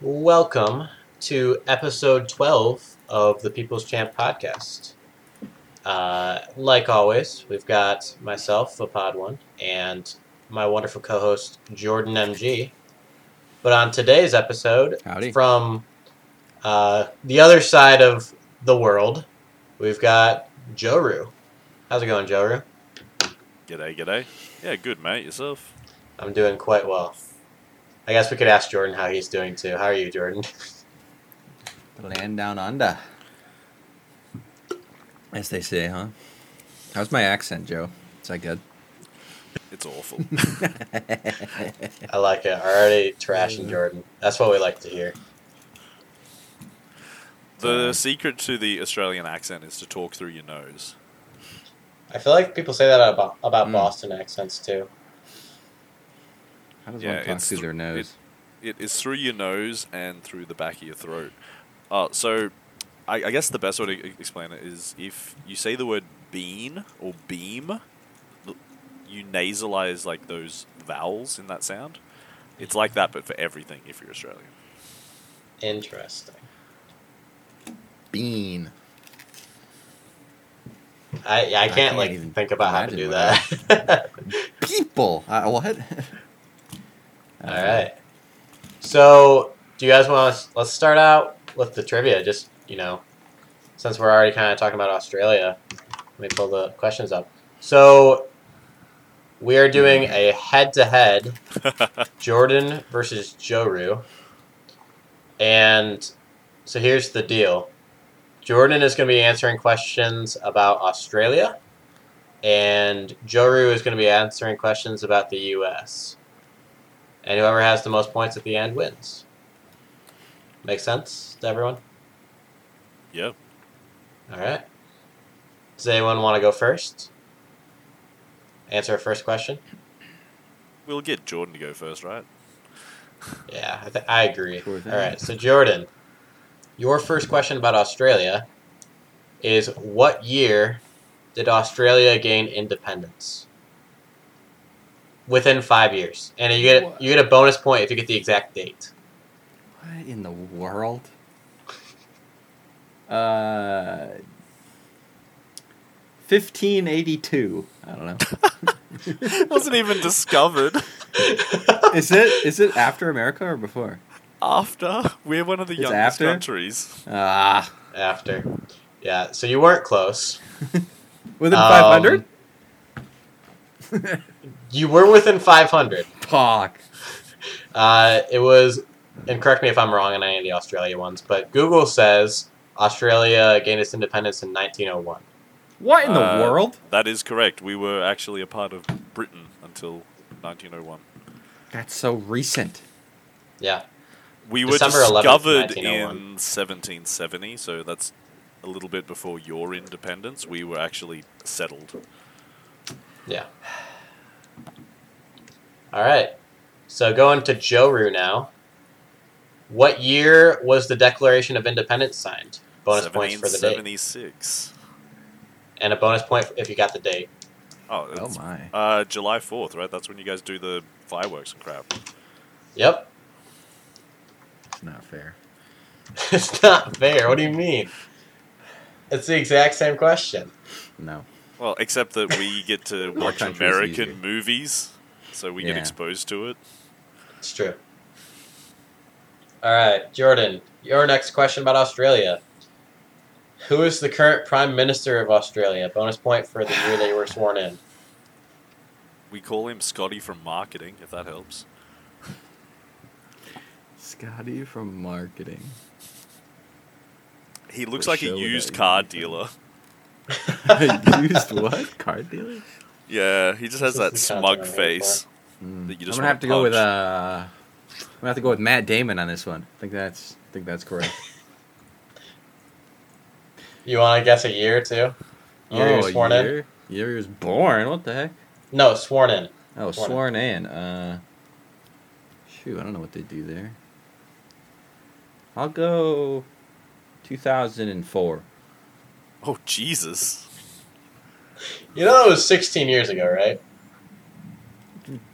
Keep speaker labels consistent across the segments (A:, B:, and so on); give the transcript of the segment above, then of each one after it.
A: Welcome to episode 12 of the People's Champ podcast. Uh, like always, we've got myself, the Pod One, and my wonderful co host, Jordan MG. But on today's episode,
B: Howdy.
A: from uh, the other side of the world, we've got Joru. How's it going, Joru?
C: G'day, g'day. Yeah, good, mate. Yourself?
A: I'm doing quite well. I guess we could ask Jordan how he's doing too. How are you, Jordan?
B: The land down under. As they say, huh? How's my accent, Joe? Is that good?
C: It's awful.
A: I like it. Already trashing Jordan. That's what we like to hear.
C: the secret to the Australian accent is to talk through your nose.
A: I feel like people say that about about
B: Mm.
A: Boston accents too.
B: How does
C: Yeah,
B: one talk
C: it's
B: through their
C: thr-
B: nose?
C: it's- It is through your nose and through the back of your throat. Uh, so, I, I guess the best way to e- explain it is if you say the word bean or beam, l- you nasalize like those vowels in that sound. It's like that, but for everything. If you're Australian,
A: Interesting.
B: Bean.
A: I I can't,
B: can't
A: like
B: even
A: think about how to
B: imagine
A: do
B: what
A: that.
B: People. Uh, what?
A: All right. So, do you guys want to let's start out with the trivia? Just you know, since we're already kind of talking about Australia, let me pull the questions up. So, we are doing a head-to-head Jordan versus Joru, and so here's the deal: Jordan is going to be answering questions about Australia, and Joru is going to be answering questions about the U.S. And whoever has the most points at the end wins. Make sense to everyone?
C: yeah.
A: All right. Does anyone want to go first? Answer a first question?
C: We'll get Jordan to go first, right?
A: Yeah, I, th- I agree.
B: Sure thing.
A: All right, so Jordan, your first question about Australia is what year did Australia gain independence? Within five years, and you get you get a bonus point if you get the exact date.
B: What in the world? Uh, 1582. I don't know.
C: Wasn't even discovered
B: Is it is it after America or before?
C: after we're one of the
B: It's
C: youngest
B: after?
C: countries.
B: Ah,
A: After, yeah. So you weren't close.
B: within
A: Um,
B: 500. Um,
A: You were within 500.
B: Fuck.
A: Uh, it was, and correct me if I'm wrong on any of the Australia ones, but Google says Australia gained its independence in 1901.
B: What in the
C: Uh,
B: world?
C: That is correct. We were actually a part of Britain until 1901.
B: That's so recent.
A: Yeah,
C: We
A: December
C: were
A: 11th,
C: discovered
A: 1901.
C: in 1770, so that's a little bit before your independence. We were actually settled.
A: yeah. All right. So going to Joru now. What year was the Declaration of Independence signed? Bonus points for the date,
C: 1776.
A: and a bonus point if you got the date.
C: Oh,
B: Oh
C: it's,
B: my.
C: uh, July 4th, right? That's when you guys do the fireworks and crap.
A: Yep.
B: It's not fair.
A: it's not fair. What do you mean? It's the exact same question.
B: No.
C: Well, except that we get to watch
B: country's easier.
C: American movies, so we get
B: Yeah.
C: exposed to it.
A: It's true. All right, Jordan, your next question about Australia. Who is the current Prime Minister of Australia? Bonus point for the year they were sworn in.
C: We call him Scotty from marketing, if that helps.
B: Scotty from marketing.
C: He looks
B: For
C: like
B: sure
C: a
B: we
C: used
B: don't
C: car
B: use them.
C: dealer.
B: Used what? Card dealer?
C: Yeah, he just has
A: This
C: that
A: is the kind
C: smug
A: that I'm
C: face. That you
B: I'm
C: just
B: gonna
C: wanna
B: have to go with
C: punch.
B: uh, I'm gonna have to go with Matt Damon on this one. I think that's I think that's correct.
A: You want to guess a year too? Year he was
B: a
A: sworn in?
B: year? Year he Oh, was born. What the heck?
A: No, sworn in.
B: Oh,
A: Sworn in.
B: sworn in. Uh, shoot, I don't know what they do there. I'll go 2004.
C: Oh Jesus!
A: You know that was 16 years ago, right?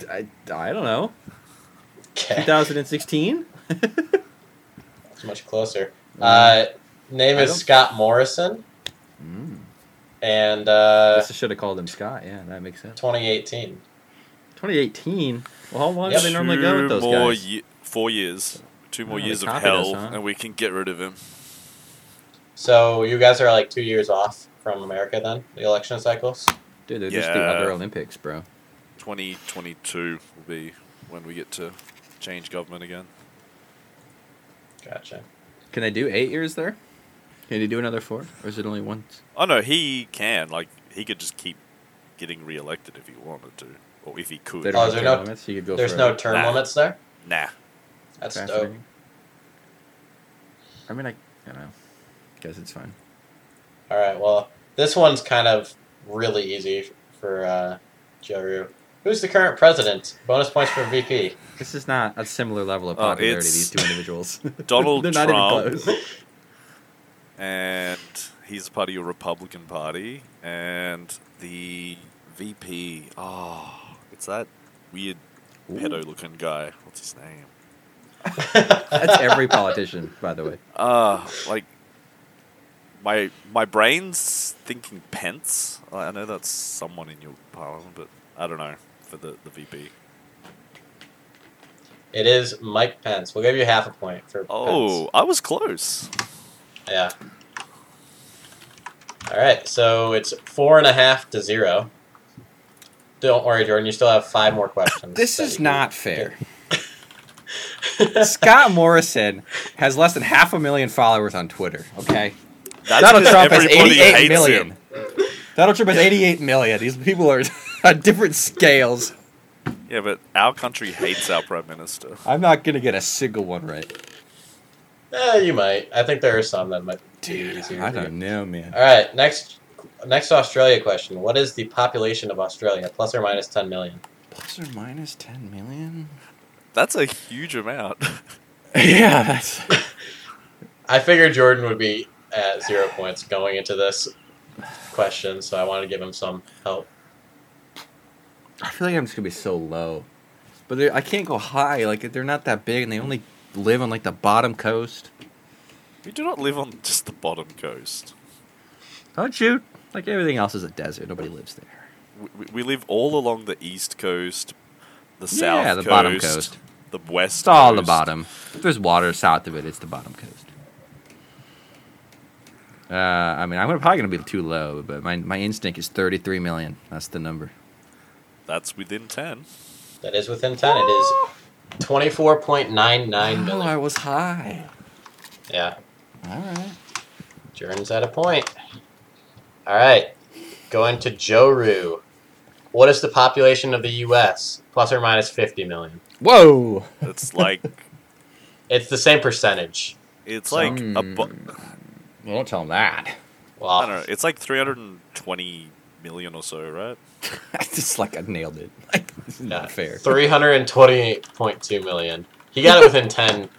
B: I, I don't know.
A: Okay.
B: 2016.
A: It's much closer.
B: Mm-hmm.
A: Uh, name
C: I
A: is
C: don't-
A: Scott Morrison,
B: Mm.
A: and uh,
B: Guess I should have called him Scott. Yeah, that makes sense.
A: 2018.
B: 2018. Well, how long
A: Yep.
B: do they normally go with those
C: Two more
B: guys?
C: ye- four years. Two more
B: Oh, they
C: years of
B: copied
C: hell,
B: us, huh?
C: and we can get rid of him.
A: So you guys are like two years off from America then, the election cycles?
B: Dude, they're just the
C: Yeah.
B: other Olympics, bro.
C: 2022 will be when we get to change government again.
A: Gotcha.
B: Can they do eight years there? Can they do another four, or is it only once?
C: Oh no, he can. Like he could just keep getting reelected if he wanted to, or if he could.
B: They
A: Oh,
B: don't have
A: is there
B: term
A: no-
B: limits, so you could go
A: There's no
B: forever.
A: term
C: Nah.
A: limits there?
C: Nah,
A: That's dope.
B: Fascinating. I mean, I, I don't know. Guess it's fine.
A: All right. Well, this one's kind of really easy f- for uh, Joe Rue. Who's the current president? Bonus points for VP.
B: This is not a similar level of
A: Uh,
C: Oh,
B: popularity.
C: it's
B: these two individuals.
C: Donald
B: They're not
C: Trump.
B: even close.
C: and he's a part of your Republican Party, and the VP. Oh, it's that weird pedo-looking guy. What's his name?
B: That's every politician, by the way.
C: Uh, like my my brain's thinking Pence. I I know that's someone in your parliament, but I don't know for the the VP.
A: It is Mike Pence. We'll give you half a point for
C: Oh, I was close.
A: Pence. Yeah. All right. So it's four and a half to zero. Don't worry, Jordan. You still have five more questions.
B: This
A: that you
B: is
A: can-
B: not fair. Scott Morrison has less than half a million followers on Twitter. Okay,
C: That's
B: Donald
C: 'cause
B: Trump has
C: everybody
B: 88
C: hates
B: million.
C: him.
B: Donald Trump has 88 million. These people are on different scales.
C: Yeah, but our country hates our prime minister.
B: I'm not gonna get a single one right,
A: Eh, you might. I think there are some that might be easier.
B: I
A: for you.
B: don't know, man.
A: All right. Next, next Australia question. What is the population of Australia, plus or minus ten million?
B: Plus or minus 10 million?
C: That's a huge amount.
B: yeah, that's.
A: I figured Jordan would be at zero points going into this question, so I wanted to give him some help.
B: I feel like I'm just gonna be so low, but they're- I can't go high. Like they're not that big, and they only live on like the bottom coast.
C: we do not live on just the bottom coast.
B: Don't you? Like everything else is a desert. Nobody lives there.
C: We- We, we live all along the east coast, the south
B: Yeah,
C: coast,
B: the bottom coast.
C: the west.
B: It's all the
C: coast.
B: bottom. If there's water south of it, it's the bottom coast. Uh, I mean, I'm probably gonna be too low, but my my instinct is 33 million. That's the number.
C: That's within ten.
A: That is within ten. It is twenty-four point nine nine
B: Oh, I
A: million.
B: was high.
A: Yeah,
B: All right.
A: Jordan's at a point. All right, going to Joru. What is the population of the U.S. plus or minus fifty million?
B: Whoa.
C: It's like
A: It's the same percentage.
C: it's like a bu-
B: Well, don't tell him that.
A: Well,
C: I don't know. It's like three hundred and twenty million or so, right?
B: That's just like I nailed it. Like, this is not fair.
A: Three hundred and twenty-eight point two million. He got it within ten,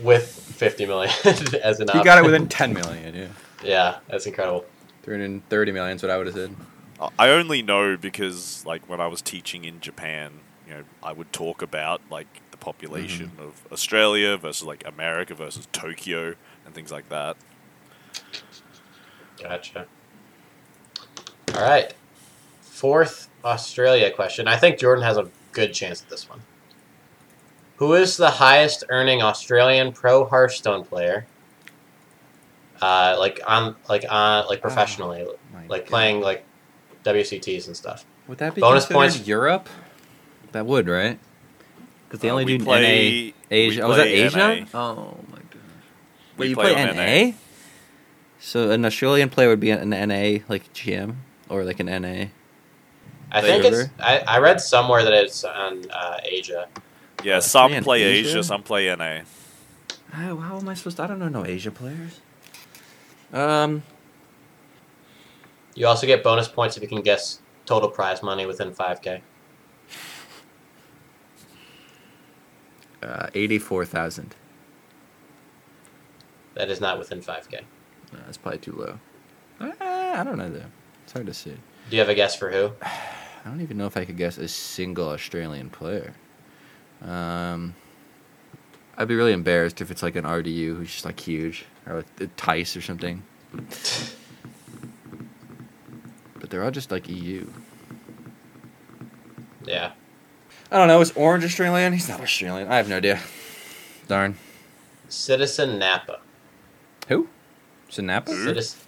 A: with fifty million as an.
B: He
A: option.
B: got it within 10 million. Yeah.
A: Yeah, that's incredible.
B: 330 million is what I would have said.
C: I- I only know because like when I was teaching in Japan, you know, I would talk about like the population
B: Mm-hmm.
C: of Australia versus like America versus Tokyo and things like that.
A: Gotcha. All right. Fourth Australia question. I think Jordan has a good chance at this one. Who is the highest earning Australian pro Hearthstone player? Uh, like on, like on, like professionally,
B: Oh My
A: like
B: God.
A: playing like WCTs and stuff.
B: Would that be
A: bonus
B: considered
A: points-
B: Europe? That would, right? Because they
C: Uh,
B: only
C: we
B: do
C: play-
B: NA Asia.
C: we
B: Oh, is that
C: play
B: Asia?
C: NA.
B: Oh my god.
C: We
B: Wait, you
C: play
B: play,
C: on
B: NA? So an Australian player would be an NA like GM or like an NA.
A: I
B: Player.
A: think it's. I, I read somewhere that it's on uh, Asia.
C: Yeah, some
B: Man,
C: play Asia?
B: Uh, Asia?
C: some play NA.
B: How, how am I supposed to? I don't know no Asia players. Um,
A: You also get bonus points if you can guess total prize money within five k.
B: uh, eighty-four thousand.
A: That is not within five k.
B: No, that's probably too low. Uh, I don't know though. It's hard to say.
A: Do you have a guess for who?
B: I don't even know if I could guess a single Australian player. Um, I'd be really embarrassed if it's like an RDU who's just like huge or like a Tice or something. But they're all just like E EU.
A: Yeah.
B: I don't know. Is Orange Australian? He's not Australian. I have no idea. Darn.
A: Citizen Napa.
B: Who? Sinapa.
A: Citizen.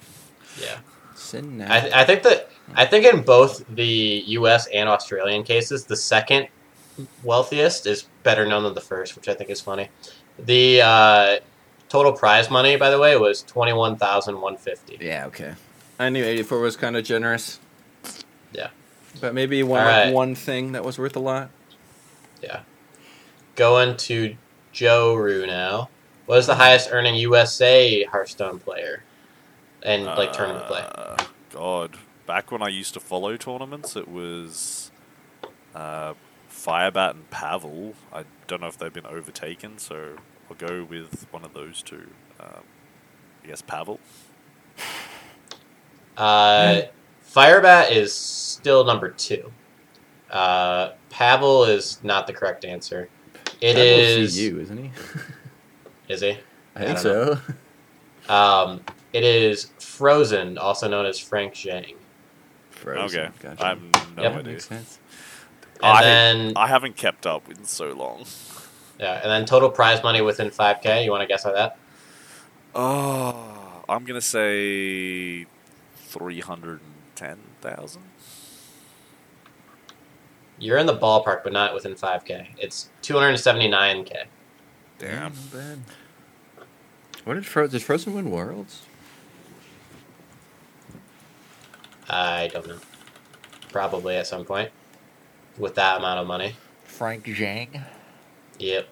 A: Yeah.
B: Sinapa.
A: I, th- I think that I think in both the U.S. and Australian cases, the second wealthiest is better known than the first, which I think is funny. The uh, total prize money, by the way, was twenty one thousand one fifty.
B: yeah. Okay. I knew eighty-four was kind of generous.
A: Yeah.
B: But maybe one
A: All
B: like,
A: right.
B: one thing that was worth a lot.
A: Going to Joe Rue now. What is the highest earning USA Hearthstone player and like tournament play?
C: Uh, God, back when I used to follow tournaments, it was uh, Firebat and Pavel. I don't know if they've been overtaken, so I'll go with one of those two. Um, I guess Pavel.
A: Uh, Firebat is still number two. Uh, Pavel is not the correct answer. It is.
B: you, isn't he?
A: Is he?
B: I think
A: I don't
B: so.
A: Um, it is Frozen, also known as Frank Zhang.
B: Frozen.
C: Okay,
B: Gotcha.
C: I have no
A: Yep.
B: That
C: idea.
B: makes sense.
A: And
C: Oh, I,
A: then
C: I haven't kept up in so long.
A: yeah, and then total prize money within 5k. You want to guess how that?
C: Oh, I'm gonna say three hundred and ten thousand.
A: You're in the ballpark, but not within 5k. It's 279k.
C: Damn.
B: not bad. What did Frozen? Did Frozen win Worlds?
A: I don't know. Probably at some point with that amount of money.
B: Frank Zhang.
A: Yep.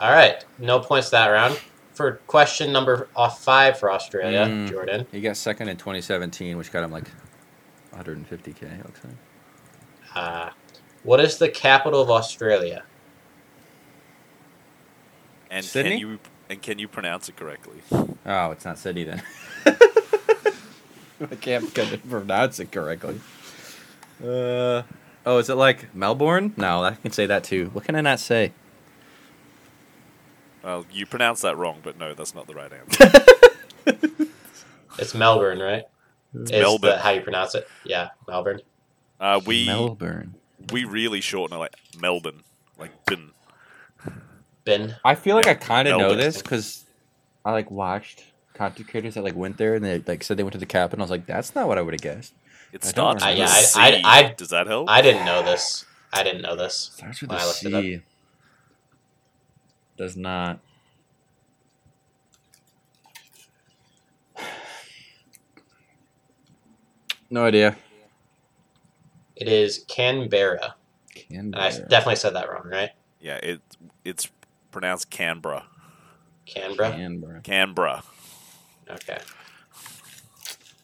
A: All right. No points that round. For question number off five for Australia,
B: Mm.
A: Jordan.
B: He got second in 2017, which got him like 150k. it Looks like.
A: Uh, what is the capital of Australia?
C: And
B: Sydney?
C: can you and can you pronounce it correctly?
B: Oh, it's not Sydney then. I can't couldn't pronounce it correctly. Uh, oh, is it like Melbourne? No, I can say that too. What can I not say?
C: Well, you pronounced that wrong, but no, that's not the right answer.
A: It's Melbourne, right?
B: Mm.
A: It's
C: Melbourne.
A: how you pronounce it? Yeah, Melbourne.
C: Uh, we
B: Melbourne.
C: we really shorten it like Melbourne, like bin.
A: Bin.
B: I feel like I kind of know
C: Melbourne.
B: this because I like watched content creators that like went there and they like said they went to the cap, and I was like, that's not what I would have guessed.
C: It
B: I don't
C: starts with
A: remember.
C: a
A: I-
C: C.
A: I- I- I-
C: Does that help?
A: I didn't know this. I didn't know this.
B: Starts with
A: Wow,
B: a
A: I looked it up.
B: C. Does not. No idea.
A: It is Canberra. And I
B: Canberra.
A: definitely said that wrong, right?
C: yeah, it it's pronounced Canberra.
A: Canberra.
B: Canberra.
C: Canberra.
A: Okay.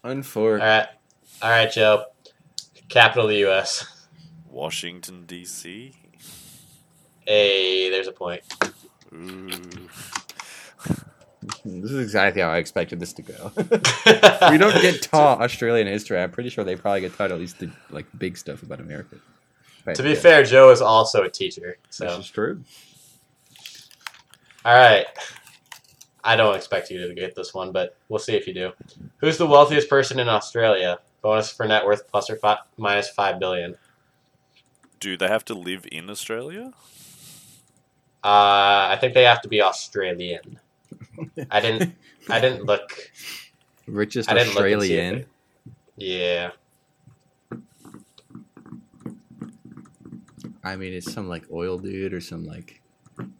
A: All
B: Unfor.
A: right. All right, Joe. Capital of the U.S.
C: Washington D.C.
A: Hey, there's a point.
C: Ooh.
B: This is exactly how I expected this to go.
A: we
B: we don't get taught Australian history. I'm pretty sure they probably get taught at least the like big stuff about America. Right,
A: To be
B: yeah.
A: fair, Joe is also a teacher.
B: this
A: So,
B: is true.
A: all right. I don't expect you to get this one, but we'll see if you do. Who's the wealthiest person in Australia? Bonus for net worth plus or fi- minus five billion.
C: Do they have to live in Australia?
A: Uh, I think they have to be Australian. I didn't. I didn't look.
B: Richest
A: I didn't look. and see if
B: Australian.
A: it- Yeah.
B: I mean, it's some like oil dude or some like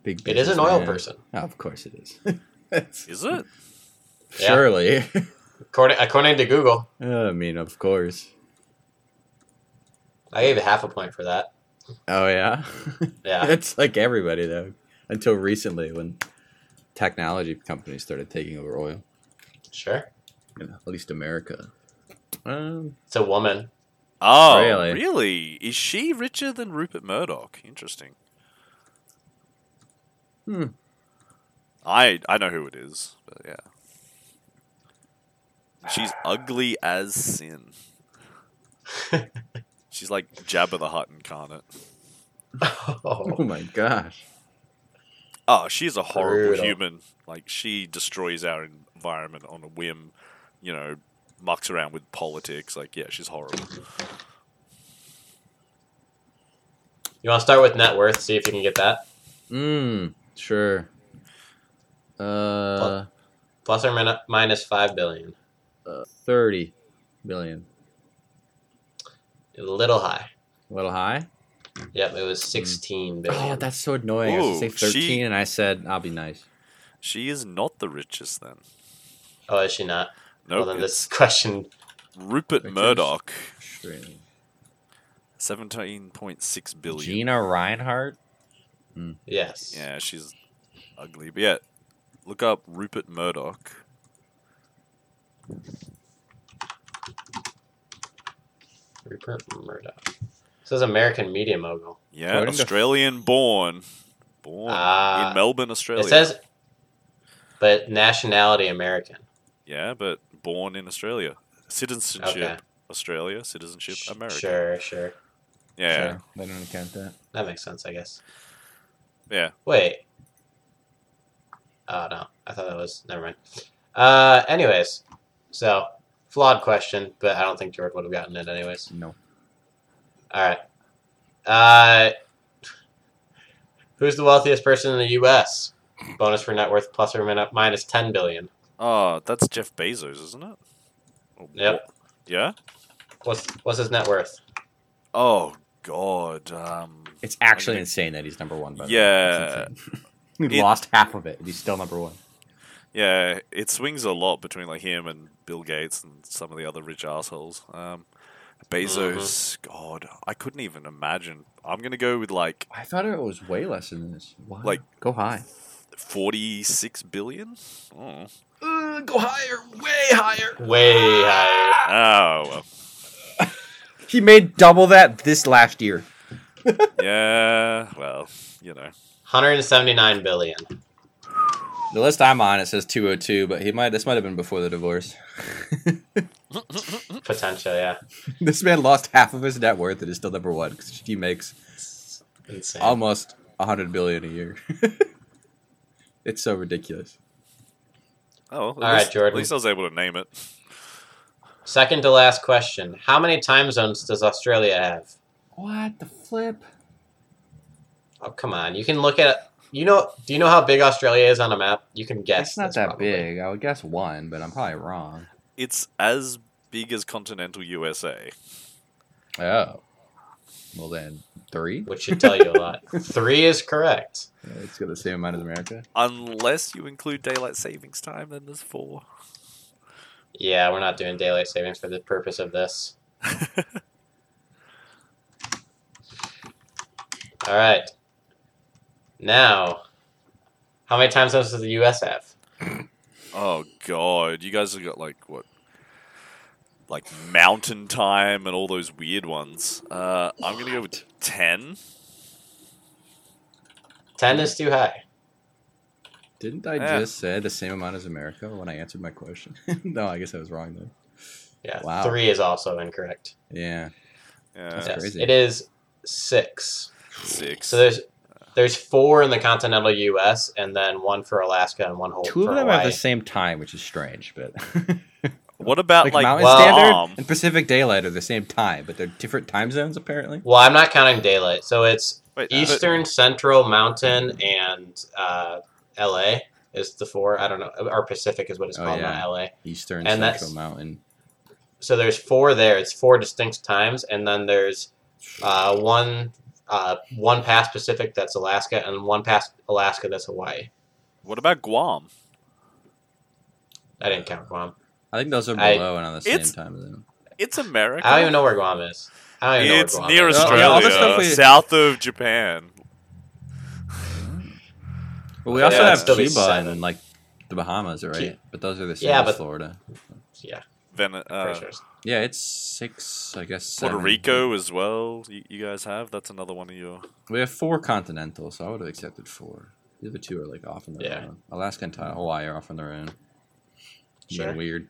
B: big.
A: It is an oil
B: businessman.
A: person.
B: Oh, of course it is. It's-
C: Is it?
A: Yeah.
B: Surely.
A: According, according to Google,
B: I mean, of course.
A: I gave half a point for that.
B: Oh yeah.
A: Yeah.
B: That's like everybody though. Until recently, when technology companies started taking over oil,
A: Sure.
B: in at least America. Um,
A: It's a woman.
C: Oh,
B: Really?
C: really? Is she richer than Rupert Murdoch? Interesting.
B: Hmm.
C: I I know who it is, but yeah. She's ugly as sin. She's like Jabba the Hutt incarnate.
B: oh my gosh.
C: Oh, she's a horrible
A: Brutal.
C: human. Like she destroys our environment on a whim. You know, mucks around with politics. Like yeah, she's horrible.
A: You want to start with net worth, see if you can get that.
B: Mm, sure. Uh,
A: Plus or min- minus five billion.
B: uh, 30 billion.
A: A little high.
B: A little high?
A: Yep, it was sixteen billion.
B: Oh, that's so annoying. I was
C: Ooh,
B: going to say 13,
C: she-
B: and I said, I'll be nice.
C: She is not the richest then.
A: Oh, is she not?
C: No,
A: well, then this question.
C: Rupert
B: Richest?
C: Murdoch,
B: Straight.
C: seventeen point six billion.
B: Gina Reinhardt?
A: Yes.
C: Yeah, she's ugly. But yeah, look up Rupert Murdoch.
A: Rupert Murdoch. This is American media mogul.
C: Yeah,
B: According to-
C: Australian born, born
A: Ah.
C: in Melbourne, Australia.
A: It says, but nationality American.
C: yeah, but born in Australia, citizenship
A: Okay.
C: Australia, citizenship America.
A: Sure, sure.
C: Yeah,
B: Sure, They don't count that.
A: That makes sense, I guess.
C: Yeah.
A: Wait. Oh no, I thought that was never mind. Uh, anyways, so flawed question, but I don't think George would have gotten it anyways.
B: No.
A: All right. Uh, who's the wealthiest person in the U.S.? Bonus for net worth plus or min- minus ten billion.
C: Oh, that's Jeff Bezos, isn't it? Oh,
A: Yep.
C: wha- Yeah.
A: What's what's his net worth?
C: Oh God. Um,
B: It's actually
C: Okay.
B: insane that he's number one. By the way.
C: Yeah. uh,
B: It's insane. he
C: It-
B: lost half of it. and He's still number one.
C: yeah, it swings a lot between like him and Bill Gates and some of the other rich assholes. Um, Bezos,
A: Mm-hmm.
C: God, I couldn't even imagine. I'm gonna go with like
B: I thought it was way less than this. Wow.
C: Like-
B: go high.
C: forty-six billion. Oh,
B: go higher, way higher.
A: Way higher.
C: oh
A: Ah.
C: well.
B: He made double that this last year.
C: yeah. Well, you know.
A: 179 billion.
B: The list I'm on it says 202, but he might. This might have been before the divorce.
A: Potential, yeah.
B: this man lost half of his net worth and is still number one because he makes
A: It's insane.
B: almost 100 billion a year. it's so ridiculous.
C: Oh, well, at
A: All right,
C: least,
A: Jordan.
C: At least I was able to name it.
A: Second to last question. How many time zones does Australia have?
B: What the flip?
A: Oh, come on. You can look at you know do you know how big Australia is on a map? You can guess.
B: It's not
A: this
B: that
A: probably.
B: big. I would guess one, but I'm probably wrong.
C: It's as big as continental USA.
B: Oh. Well then, three.
A: Which should tell you a lot. 3 is correct.
B: It's got the same amount as America.
C: Unless you include daylight savings time, then there's four.
A: Yeah, we're not doing daylight savings for the purpose of this. All right. Now, how many time zones does the US have?
C: Oh god, you guys have got like what, like mountain time and all those weird ones. Uh, I'm gonna go with ten.
A: 10 is too high.
B: Didn't I
C: Yeah.
B: just say the same amount as America when I answered my question? no, I guess I was wrong though.
A: Yeah.
B: Wow.
A: 3 is also incorrect.
B: Yeah.
C: Yeah,
B: That's
A: yes,
B: crazy.
A: it is 6.
C: six.
A: So there's there's four in the continental U.S. and then one for Alaska and one whole
B: Two
A: for
B: of them have
A: Hawaii.
B: the same time, which is strange, but
C: what about
B: like,
C: like,
B: Mountain
A: well,
B: Standard
C: um,
B: and Pacific Daylight are the same time, but they're different time zones apparently.
A: well, I'm not counting daylight, so it's
C: wait, but-
A: Eastern, Central, Mountain, and uh, L.A. is the four. I don't know, or Pacific is what it's
B: Oh,
A: called,
B: yeah.
A: not L.A.
B: Eastern,
A: And that's-
B: Central Mountain.
A: So there's four there. It's four distinct times, and then there's uh, one uh, one past Pacific that's Alaska, and one past Alaska that's Hawaii.
C: What about Guam?
A: I didn't count Guam.
B: I think those are
A: I-
B: below and on the same
C: It's-
B: time zone.
C: It's America.
A: I don't even know where Guam is. I don't even
C: It's
A: know where Guam
C: near
A: is.
B: Oh, yeah,
C: Australia,
B: all the stuff we-
C: south of Japan.
B: But we also
A: Yeah,
B: have
A: still be
B: Cuba
A: seven.
B: and like the Bahamas, right?
A: Cu-
B: but those are the same
A: Yeah,
B: as
A: but-
B: Florida.
A: Yeah,
C: Ven-
A: pretty
C: uh,
A: sure. it's-
B: Yeah, it's six, I guess.
C: Puerto
B: seven.
C: Rico as well. You, you guys have that's another one of your.
B: We have four continental, so I would have accepted four. The other two are like off on their
A: Yeah.
B: own. Alaska and Ta- Hawaii are off on their own. Being
A: Sure.
B: Weird.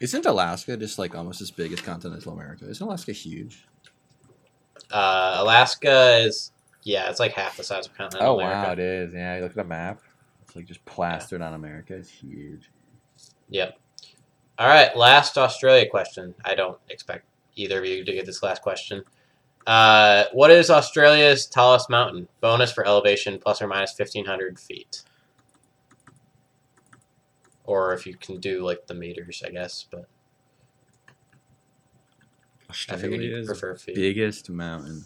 B: Isn't Alaska just like almost as big as continental America? Isn't Alaska huge?
A: Uh, Alaska is Yeah, it's like half the size of continental
B: Oh
A: America.
B: wow, it is. Yeah, you look at a map. It's like just plastered on America. It's huge.
A: Yep. All right, last Australia question. I don't expect either of you to get this last question. Uh, what is Australia's tallest mountain? Bonus for elevation plus or minus 1,500 feet. Or if you can do like the meters, I guess, but I figured you'd
B: Australia's
A: prefer feet.
B: biggest mountain.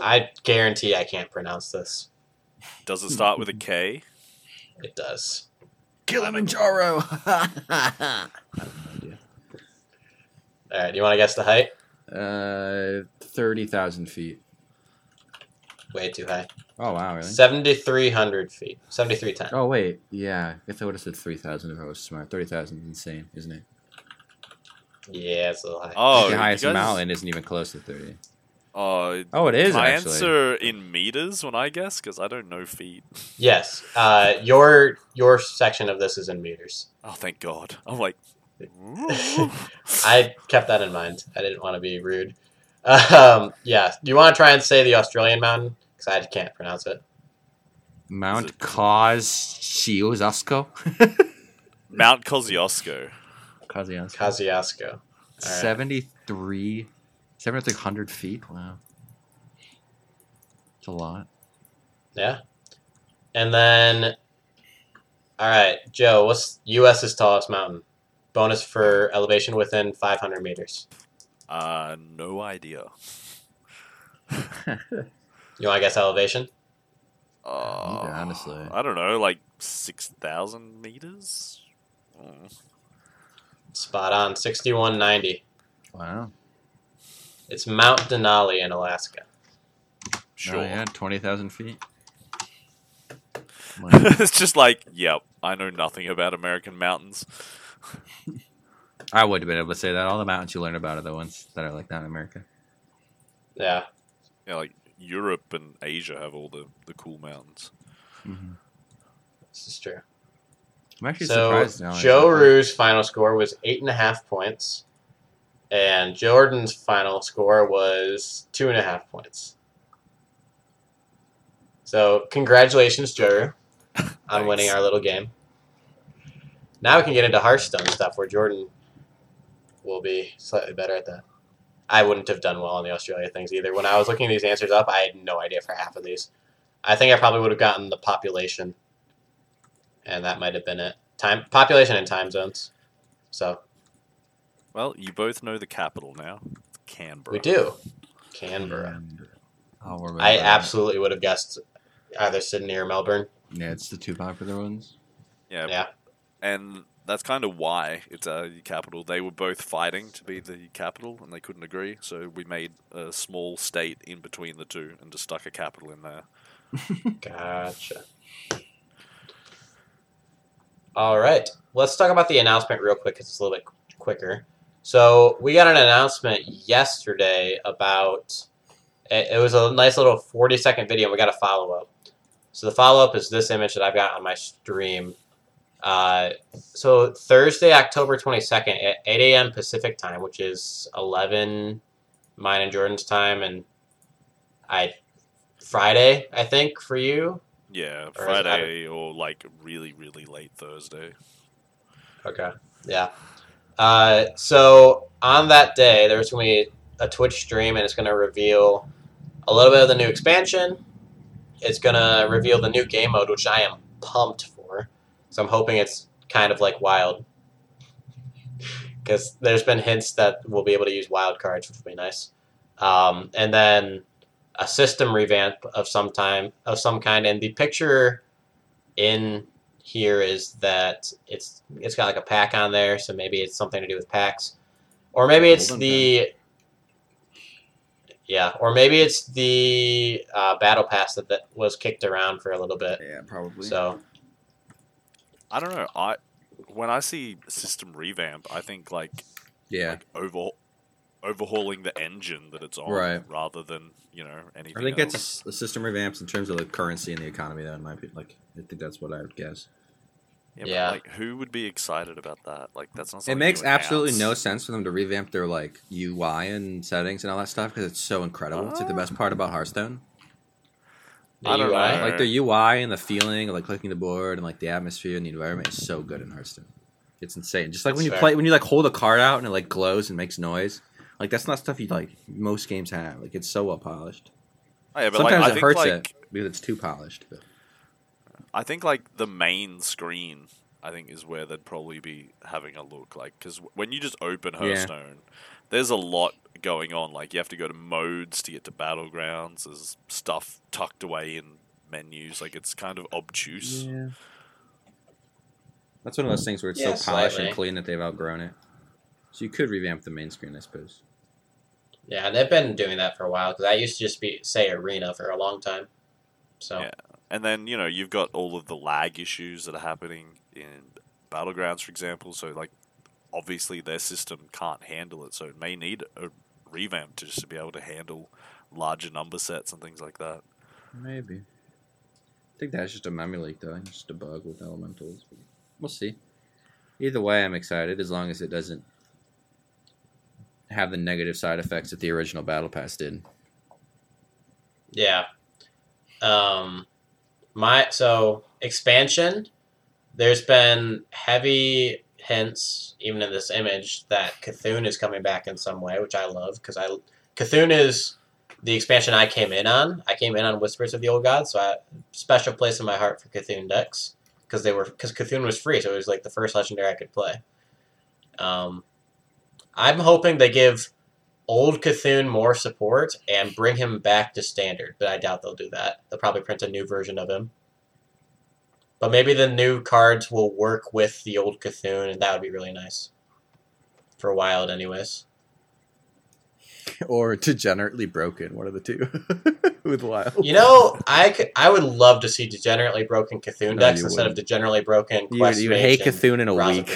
A: I guarantee I can't pronounce this.
C: Does it start with a K?
A: It does.
B: Kilimanjaro. I have no
A: All right, do you want to guess the height?
B: idea. Uh, thirty thousand feet.
A: Way too high.
B: Oh wow, really?
A: 7,300 feet. 7,310.
B: Oh wait, yeah. If I would have said three thousand, if I was smart, thirty thousand is insane, isn't it?
A: Yeah, it's a little high.
C: Oh,
B: the
C: you
B: highest
C: guys-
B: mountain isn't even close to thirty.
C: Oh,
B: Oh, it is
C: my
B: actually.
C: answer in meters when I guess because I don't know feet.
A: Yes. Uh, your your section of this is in meters.
C: Oh, thank God! I'm like,
A: I kept that in mind. I didn't want to be rude. Um, yeah. Do you want to try and say the Australian mountain? Because I can't pronounce it.
C: Is
B: Mount
C: it-
B: Kosciuszko.
C: Mount Kosciuszko.
B: Kosciuszko.
A: Kosciuszko. All right.
B: 73, 7,300 feet. Wow. It's a lot.
A: Yeah. And then, all right, Joe. What's U.S.'s tallest mountain? Bonus for elevation within 500 meters.
C: Uh, no idea.
A: You want to guess elevation?
C: Uh,
B: honestly.
C: I don't know, like six thousand meters. Mm.
A: Spot on. 6190.
B: Wow.
A: It's Mount Denali in Alaska.
B: Oh,
C: Sure.
B: yeah, 20,000 feet. Wow.
C: it's just like, yep, I know nothing about American mountains.
B: I would have been able to say that. All the mountains you learn about are the ones that are like that in America.
A: Yeah.
C: Yeah, like Europe and Asia have all the, the cool mountains. Mm-hmm.
A: This is true.
B: I'm actually
A: So
B: surprised now.
A: Joe Rue's final score was eight and a half points, and Jordan's final score was two and a half points. So congratulations, Joe, Rue, on
C: Thanks.
A: winning our little game. Now we can get into Hearthstone stuff, where Jordan will be slightly better at that. I wouldn't have done well on the Australia things either. When I was looking these answers up, I had no idea for half of these. I think I probably would have gotten the population, and that might have been it. Time population and time zones. So
C: Well, you both know the capital now. It's Canberra.
A: we do Canberra.
B: Oh, we're
A: I
B: right.
A: absolutely would have guessed either Sydney or Melbourne.
B: Yeah, it's the two popular ones.
C: Yeah.
A: Yeah.
C: And that's kind of why it's a capital. They were both fighting to be the capital, and they couldn't agree. So we made a small state in between the two, and just stuck a capital in there.
A: Gotcha. All right. Let's talk about the announcement real quick because it's a little bit qu- quicker. So, we got an announcement yesterday about it, it was a nice little 40 second video. and We got a follow up. So, the follow up is this image that I've got on my stream. Uh, so, Thursday, October 22nd at 8 a.m. Pacific time, which is 11 mine and Jordan's time, and I Friday, I think, for you.
C: Yeah,
A: Or is it-
C: Friday or like really, really late Thursday.
A: Okay. Yeah. Uh, so on that day, there's going to be a Twitch stream, and it's going to reveal a little bit of the new expansion. It's going to reveal the new game mode, which I am pumped for. So I'm hoping it's kind of like Wild, because there's been hints that we'll be able to use wild cards, which will be nice. Um, and then a system revamp of some time of some kind, and the picture in here is that it's it's got like a pack on there, so maybe it's something to do with packs, or maybe it's
B: Golden
A: the yeah, or maybe it's the uh, battle pass that, that was kicked around for a little bit.
B: Yeah, probably.
A: So
C: I don't know. I when I see system revamp, I think like
B: yeah.
C: like overhaul, overhauling the engine that it's on,
B: Right.
C: rather than you know anything.
B: I think
C: else.
B: that's the system revamps in terms of the currency and the economy. That might be like I think that's what I would guess.
C: but,
A: Yeah.
C: like, who would be excited about that? Like, that's not.
B: It
C: something
B: makes
C: you announce.
B: absolutely no sense for them to revamp their like UI and settings and all that stuff because it's so incredible. It's like the best part about Hearthstone.
A: The
C: I don't
A: UI?
C: know.
B: Like their UI and the feeling of like clicking the board and like the atmosphere and the environment is so good in Hearthstone. It's insane. Just like when
A: That's
B: you
A: fair.
B: play when you like hold a card out and it like glows and makes noise. Like that's not stuff you like most games have. Like it's so well polished.
C: Oh, yeah, but
B: Sometimes
C: like, I
B: it
C: think,
B: hurts
C: like,
B: it because it's too polished. But
C: I think like the main screen, I think is where they'd probably be having a look. Like, because when you just open
B: Yeah.
C: Hearthstone, there's a lot going on. Like, you have to go to modes to get to battlegrounds. There's stuff tucked away in menus. Like, it's kind of obtuse.
B: That's one of
C: Hmm.
B: those things where it's
A: Yeah,
B: so polished
A: slightly.
B: and clean that they've outgrown it. So you could revamp the main screen, I suppose.
A: Yeah, and they've been doing that for a while because I used to just be say arena for a long time. So
C: Yeah. And then you know you've got all of the lag issues that are happening in battlegrounds, for example. So like, obviously their system can't handle it, so it may need a revamp to just to be able to handle larger number sets and things like that.
B: Maybe. I think that's just a memory leak, though. It's just a bug with elementals. We'll see. Either way, I'm excited as long as it doesn't have the negative side effects that the original Battle Pass did.
A: yeah. Um, my so expansion. There's been heavy hints, even in this image, that Cthulhu is coming back in some way, which I love because I Cthulhu is the expansion I came in on. I came in on Whispers of the Old Gods, so I special place in my heart for Cthulhu decks because they were because Cthulhu was free, so it was like the first legendary I could play. Um, I'm hoping they give old Cthulhu more support and bring him back to standard, but I doubt they'll do that. They'll probably print a new version of him. But maybe the new cards will work with the old Cthulhu, and that would be really nice. For Wild, anyways.
B: or degenerately broken, one of the two. with Lyle.
A: You know, I, could, I would love to see degenerately broken Cthulhu
B: No,
A: decks
B: you
A: instead of
B: wouldn't.
A: degenerately broken
B: you would,
A: Quest
B: you would hate
A: Mage and
B: Cthulhu in a
A: Raza
B: week.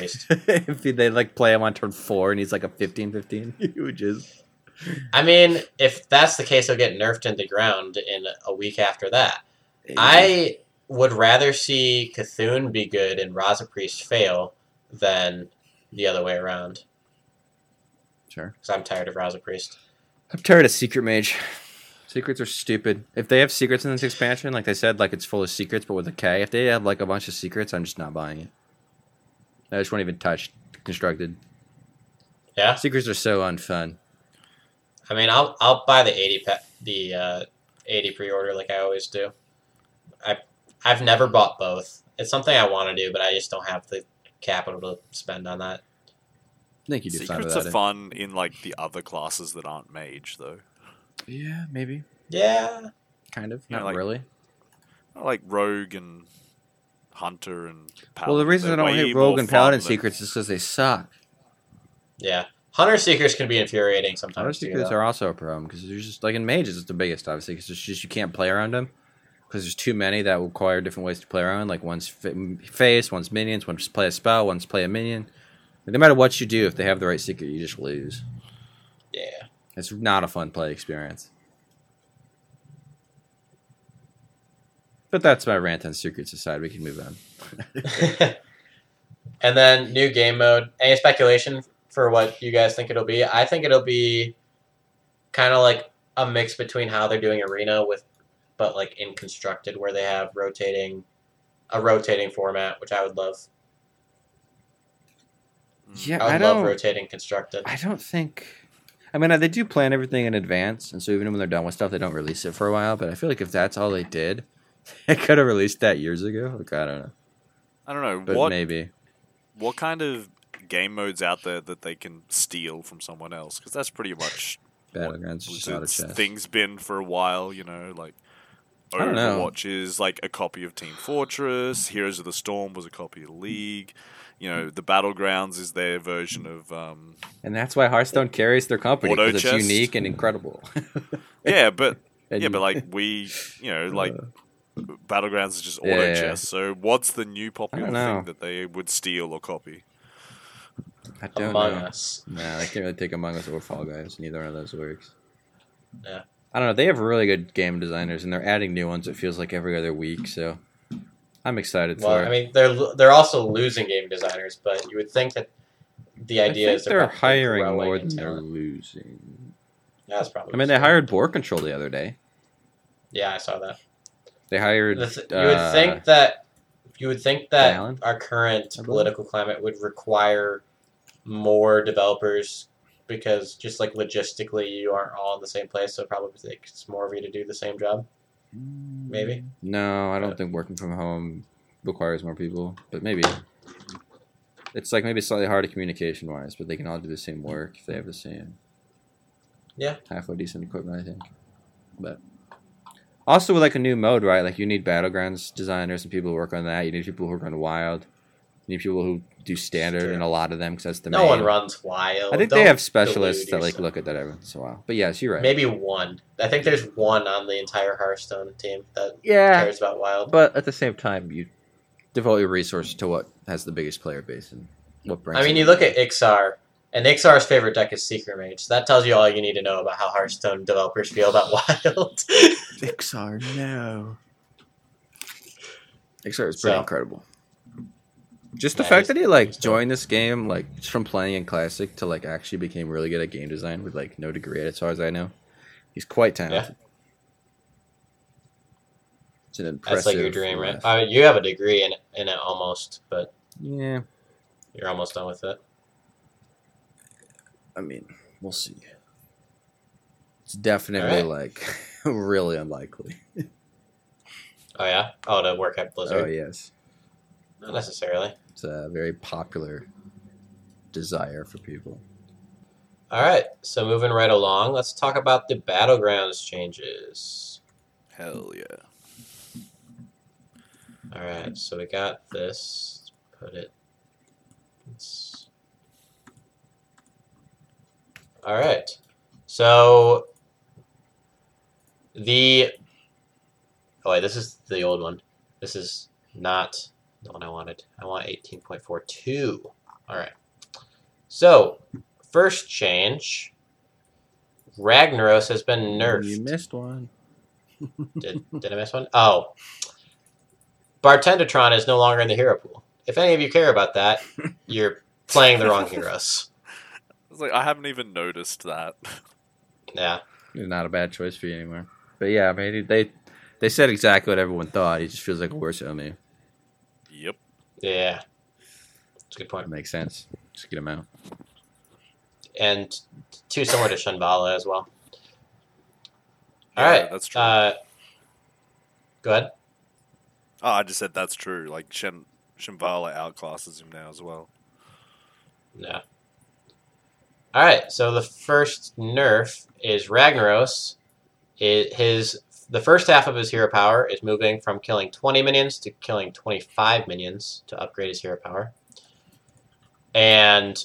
A: Priest.
B: if they like play him on turn four and he's like a 15 15, you would just.
A: I mean, if that's the case, he'll get nerfed into ground in a week after that. I would rather see Cthulhu be good and Raza Priest fail than the other way around.
B: Sure.
A: Because I'm tired of Raza Priest.
B: I'm tired of Secret Mage. Secrets are stupid. If they have secrets in this expansion, like they said, like it's full of secrets, but with a K. If they have like a bunch of secrets, I'm just not buying it. I just won't even touch constructed.
A: Yeah,
B: Secrets are so unfun.
A: I mean, I'll I'll buy the eighty pa- the uh, eighty pre order like I always do. I I've never bought both. It's something I want to do, but I just don't have the capital to spend on that.
B: I think you do fine
C: Secrets
B: without
C: are
B: it.
C: fun in like the other classes that aren't mage though.
B: Yeah, maybe.
A: Yeah,
B: Kind of.
C: Yeah,
B: Not
C: like-
B: really.
C: Like rogue and hunter and paladin.
B: Well, the reason I
C: they're
B: don't
C: way
B: hate
C: more
B: Rogue and
C: fun
B: Paladin
C: than-
B: secrets is because they suck.
A: yeah. Hunter seekers can be infuriating sometimes.
B: Other
A: too,
B: secrets
A: though.
B: are also a problem because there's just like in mages, it's the biggest obviously because it's just you can't play around them because there's too many that require different ways to play around. Like one's fa- face, one's minions, one's play a spell, one's play a minion. Like, no matter what you do, if they have the right secret, you just lose.
A: yeah.
B: It's not a fun play experience. But that's my rant on secrets aside. We can move on.
A: Hmm. and then new game mode. Any speculation for what you guys think it'll be? I think it'll be kind of like a mix between how they're doing arena with, but like in constructed where they have rotating, a rotating format, which I would love.
C: Mm.
B: Yeah,
A: I
B: I
A: would love
B: don't.
A: rotating constructed.
B: I don't think. I mean, they do plan everything in advance, and so even when they're done with stuff, they don't release it for a while. But I feel like if that's all they did, they could have released that years ago. Like I don't know,
C: I don't know
B: but
C: what
B: maybe
C: what kind of game modes out there that they can steal from someone else because that's pretty much
B: battlegrounds is just out of
C: Blizzard's
B: chest.
C: thing's been for a while, you know, like
B: I don't know.
C: Overwatch is like a copy of Team Fortress, Heroes of the Storm was a copy of League, you know, the Battlegrounds is their version of um
B: and that's why Hearthstone carries their company
C: Auto
B: because it's
C: chest?
B: unique and incredible.
C: Yeah, but
B: And Uh.
C: yeah, but like we you know, like Battlegrounds is just auto
B: Yeah, yeah, yeah.
C: chess. So what's the new popular
B: I don't know.
C: thing that they would steal or copy?
B: I don't
A: Among
B: know.
A: Us.
B: Nah, I can't really take Among Us or Fall Guys. Neither one of those works.
A: Yeah.
B: I don't know. They have really good game designers, and they're adding new ones. It feels like every other week, so I'm excited
A: Well,
B: for it.
A: I mean, they're lo- they're also losing game designers, but you would think that the
B: I
A: idea
B: think
A: is
B: they're
A: probably
B: hiring
A: growing
B: more
A: in
B: than they're
A: talent.
B: losing.
A: Yeah, that's probably.
B: I mean, they hired board control the other day.
A: Yeah, I saw that.
B: They hired.
A: The th- you
B: uh,
A: would think that you would think that
B: Dylan?
A: our current
B: I believe.
A: political climate would require more developers because just like logistically, you aren't all in the same place, so it probably takes more of you to do the same job. Maybe
B: No, I don't
A: Uh,
B: think working from home requires more people, but maybe it's like maybe slightly harder communication wise, but they can all do the same work if they have the same
A: Yeah.
B: halfway decent equipment, I think. But also with like a new mode, right? Like you need battlegrounds designers and people who work on that. You need people who run wild. You need people who do standard,
A: Sure.
B: and a lot of them because that's the
A: no
B: main.
A: one runs wild.
B: I think they
A: Don't
B: have specialists
A: delude
B: that like
A: yourself.
B: look at that every once in a while. But yes, you're right.
A: Maybe one. I think there's one on the entire Hearthstone team that
B: yeah,
A: cares about wild.
B: But at the same time, you devote your resources to what has the biggest player base and what brings.
A: I mean, you look at Ixar, and Ixar's favorite deck is Seeker Mage. So that tells you all you need to know about how Hearthstone developers feel about Wild.
B: Pixar. No, Pixar is pretty
A: So.
B: incredible. Just the
A: Yeah,
B: fact
A: he's-
B: that he like
A: he's dope.
B: joined this game, like just from playing in classic to like actually became really good at game design with like no degree at it, as far as I know, he's quite talented. It's an impressive.
A: That's like your dream, right?
B: ref.
A: I mean, you have a degree in, in it almost, but
B: yeah,
A: you're almost done with it.
B: I mean, we'll see. It's definitely
A: All
B: like really unlikely.
A: Oh, yeah? Oh, to work at Blizzard?
B: Oh yes,
A: Not necessarily.
B: it's a very popular desire for people.
A: All right, so moving right along, let's talk about the Battlegrounds changes.
C: Hell yeah.
A: All right, so we got this. Let's put it. Let's... All right, so the. Oh wait, this is the old one. This is not the one I wanted. I want eighteen point four two. All right. So first change. Ragnaros has been nerfed.
B: You missed one.
A: Did, did I miss one? Oh. Bartendertron is no longer in the hero pool. If any of you care about that, you're playing the wrong heroes.
C: It's like I haven't even noticed that.
A: Yeah.
B: It's not a bad choice for you anymore. But yeah, I mean they they said exactly what everyone thought. He just feels like a worse enemy.
C: yep.
A: Yeah. That's a good
B: That
A: point.
B: makes sense. Just get him out.
A: And too similar to Shunvala as well.
C: Yeah,
A: All right.
C: That's true.
A: Uh, go ahead.
C: oh, I just said that's true. Like Shin Shimvala outclasses him now as well.
A: Yeah. All right. So the first nerf is Ragnaros. It, his the first half of his hero power is moving from killing 20 minions to killing 25 minions to upgrade his hero power. And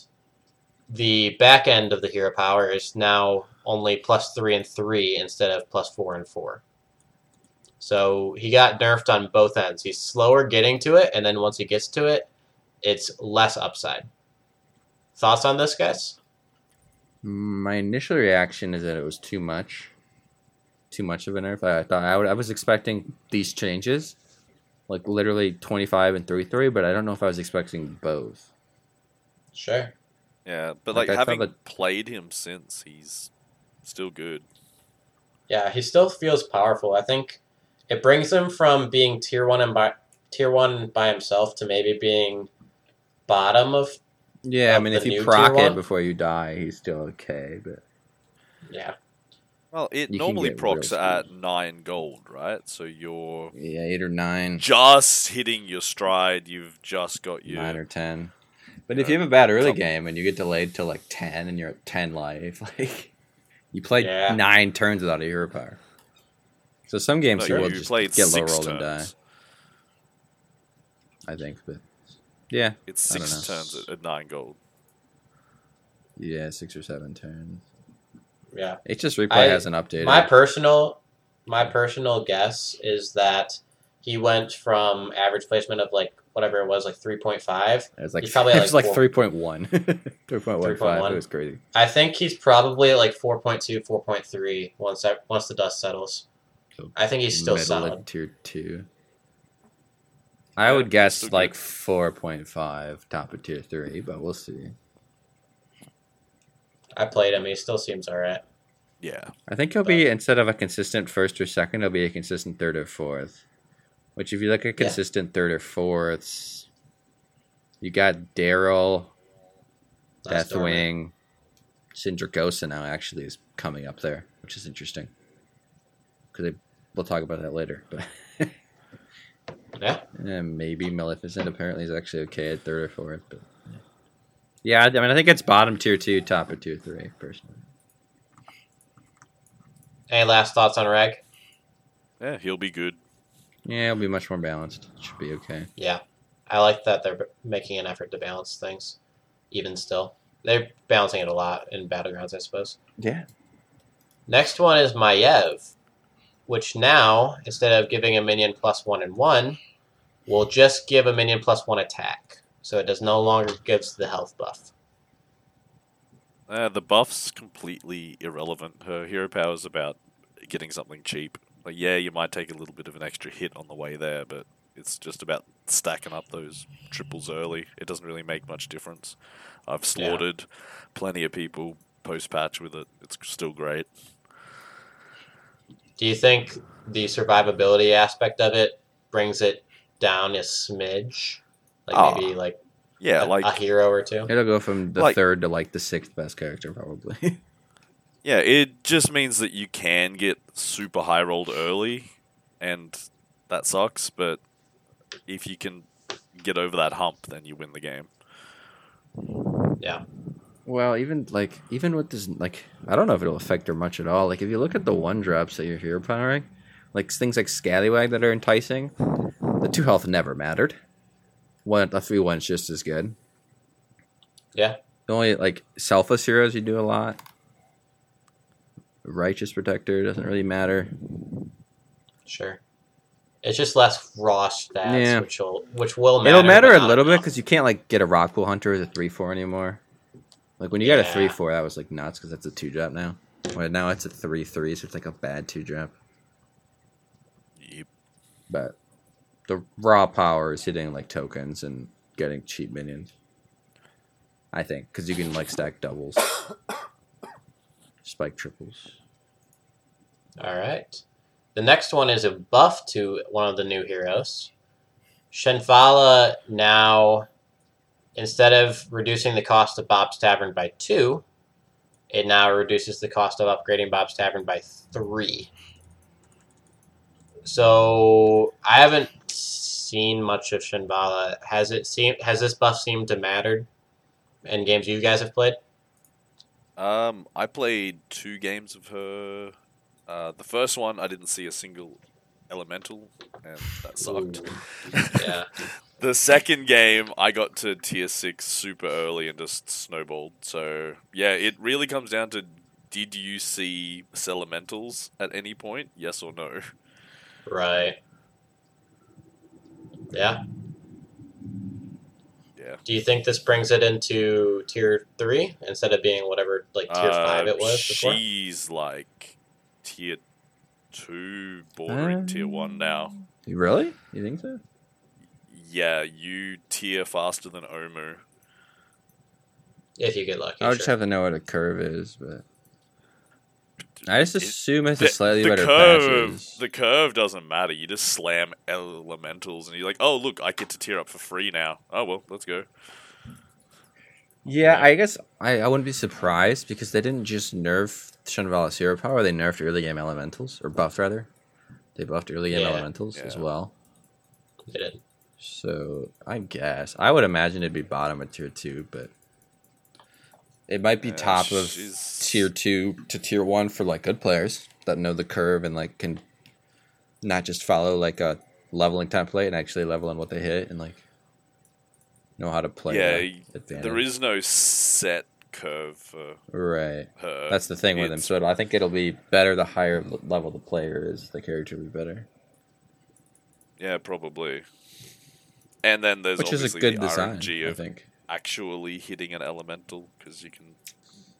A: the back end of the hero power is now only plus 3 and 3 instead of plus 4 and 4. So he got nerfed on both ends. He's slower getting to it and then once he gets to it, it's less upside. Thoughts on this, guys?
B: My initial reaction is that it was too much, too much of a nerf. I thought I, would, I was expecting these changes, like literally twenty five and three three, but I don't know if I was expecting both.
A: Sure.
C: Yeah, but
B: Like,
C: like,
B: I thought
C: having
B: that-
C: played him since, he's still good.
A: Yeah, he still feels powerful. I think it brings him from being tier one and by tier one by himself to maybe being bottom of
B: Yeah, I
A: Of
B: mean
A: the
B: if you
A: new
B: proc
A: tier
B: it
A: one?
B: before you die, he's still okay, but.
A: yeah.
C: Well, it
B: You can
C: normally
B: get
C: procs
B: real
C: at nine gold, right? So you're
B: Yeah, eight or nine,
C: just hitting your stride. You've just got your
B: nine or ten. But if you have a bad early game and you get delayed to like ten and you're at ten life, like you played
A: Yeah.
B: nine turns without a hero power. So some games
C: No,
B: you
C: you-
B: will
C: you
B: just
C: played
B: get low
C: six
B: rolled and die.
C: turns.
B: I think, but yeah,
C: It's
B: I don't
C: six
B: know.
C: turns at, at nine gold.
B: yeah, six or seven turns.
A: Yeah.
B: HS Replay
A: I-
B: hasn't updated.
A: My personal my personal guess is that he went from average placement of like whatever it was, like three point five.
B: it was like
A: he's probably
B: it was
A: like
B: like
A: four-
B: three point one, three point one five.
A: 3.1.
B: It was crazy.
A: I think he's probably at like 4.2, 4.3 once that, once the dust settles. I think he's still
B: Metal at
A: solid.
B: tier two. I would guess
C: still
B: like
C: good.
B: four point five top of tier three, but we'll see.
A: I played him. He still seems all right.
C: Yeah.
B: I think he'll be instead of a consistent first or second, he'll be a consistent third or fourth. Which, if you look at consistent third or fourths, you got Daryl,
A: Last Dorman.
B: Deathwing, Syndragosa now actually is coming up there, which is interesting. Because we'll talk about that later, but
A: Yeah.
B: Eh, maybe Maleficent apparently is actually okay at third or fourth, but yeah, I mean I think it's bottom tier two, top of tier three, personally.
A: Any last thoughts on Reg?
C: Yeah, he'll be good.
B: Yeah, it'll be much more balanced. It should be okay.
A: Yeah, I like that they're making an effort to balance things, even still. They're balancing it a lot in Battlegrounds, I suppose.
B: Yeah.
A: Next one is Maiev, which now, instead of giving a minion plus one and one, will just give a minion plus one attack. So it does no longer gives the health buff.
C: Uh, the buff's completely irrelevant. Her hero power's about getting something cheap. Like, yeah, you might take a little bit of an extra hit on the way there, but it's just about stacking up those triples early. It doesn't really make much difference. I've slaughtered plenty of people post patch with it. It's still great.
A: Do you think the survivability aspect of it brings it down a smidge? Like
C: Oh,
A: maybe like, a,
C: Yeah, like
A: a hero or two?
B: It'll go from the
C: Like-
B: third to like the sixth best character probably.
C: Yeah, it just means that you can get super high rolled early, and that sucks. But if you can get over that hump, then you win the game.
A: Yeah.
B: well, even like even with this like I don't know if it'll affect her much at all. Like if you look at the one drops that you're hero powering, like things like Scallywag that are enticing, the two health never mattered. One the three one's just as good.
A: Yeah.
B: The only like selfless heroes you do a lot. Righteous protector doesn't really matter.
A: Sure. It's just less raw stats,
B: Yeah.
A: which will which will matter.
B: It'll matter
A: but
B: a
A: not
B: little bit
A: enough.
B: because you can't like get a Rockwell Hunter as a three four anymore. Like when you got a
A: Yeah.
B: three four, that was like nuts because that's a two drop now. Well, now it's a three three, so it's like a bad two drop.
C: Yep.
B: But the raw power is hitting like tokens and getting cheap minions. I think because you can like stack doubles, spike triples.
A: All right. The next one is a buff to one of the new heroes. Shenfala now, instead of reducing the cost of Bob's Tavern by two, it now reduces the cost of upgrading Bob's Tavern by three. So I haven't seen much of Shenvala. Has it seemed? Has this buff seemed to matter in games you guys have played?
C: Um, I played two games of her. Uh, the first one, I didn't see a single elemental, and that sucked.
A: Yeah.
C: The second game, I got to tier six super early and just snowballed. So yeah, it really comes down to did you see elementals at any point? Yes or no.
A: Right. Yeah.
C: Yeah.
A: Do you think this brings it into tier three instead of being whatever like tier five
C: Uh,
A: it was before?
C: She's like tier two, bordering tier
B: Um,
C: one now.
B: Really? You think so?
C: Yeah, you tier faster than Omu.
A: If you get lucky.
B: I would just
A: sure.
B: have to know what a curve is, but I just
C: It-
B: assume it's
C: The,
B: a slightly
C: the
B: better
C: curve,
B: patches.
C: the curve doesn't matter. You just slam elementals, and you're like, "Oh, look, I get to tier up for free now." Oh well, let's go.
B: Yeah, I guess I, I wouldn't be surprised because they didn't just nerf Shenvala's hero power, they nerfed early game elementals, or buffed rather. They buffed early game
A: Yeah,
B: elementals as
C: yeah.
B: well.
A: They did.
B: So I guess I would imagine it'd be bottom of tier two, but it might be
C: Uh,
B: top of
C: she's-
B: tier two to tier one for like good players that know the curve and like can not just follow like a leveling template and actually level on what they hit and like know how to play.
C: yeah,
B: to
C: y-
B: advantage.
C: there is no set curve for
B: right.
C: her.
B: That's the thing with them.
C: Uh, it's-
B: So I think it'll be better the higher l- level the player is. The character will be better,
C: yeah, probably. And then there's
B: which is a
C: obviously
B: good
C: the
B: design.
C: RNG
B: I
C: of
B: think.
C: actually hitting an elemental because you can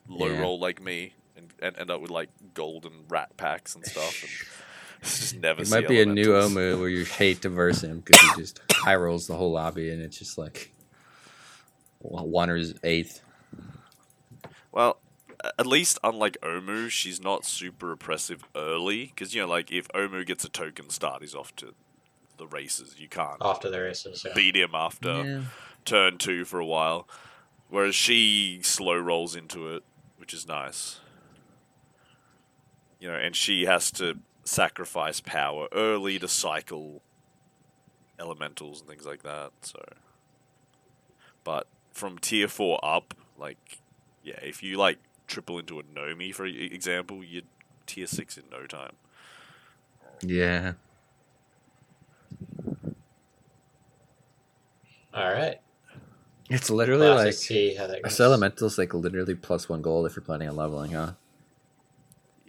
C: low
B: Yeah.
C: roll like me and, and end up with like golden rat packs and stuff. And It's just never.
B: It
C: see
B: might be a new
C: elementals.
B: Omu where you hate to verse him because he just high rolls the whole lobby and it's just like one or his eighth.
C: Well, a- at least unlike Omu, she's not super oppressive early because you know, like if Omu gets a token start, he's off to the races. You can't
A: off to the races. Oh, Yeah.
C: beat him after turn two for a while, whereas she slow rolls into it, which is nice. You know, and she has to sacrifice power early to cycle elementals and things like that. So, but from tier four up, like, yeah, if you like triple into a Nomi, for e- example, you're tier six in no time.
B: Yeah.
A: All right.
B: It's literally
A: We'll have
B: like
A: to see how that goes.
B: so elemental's like literally plus one gold if you're planning on leveling, huh?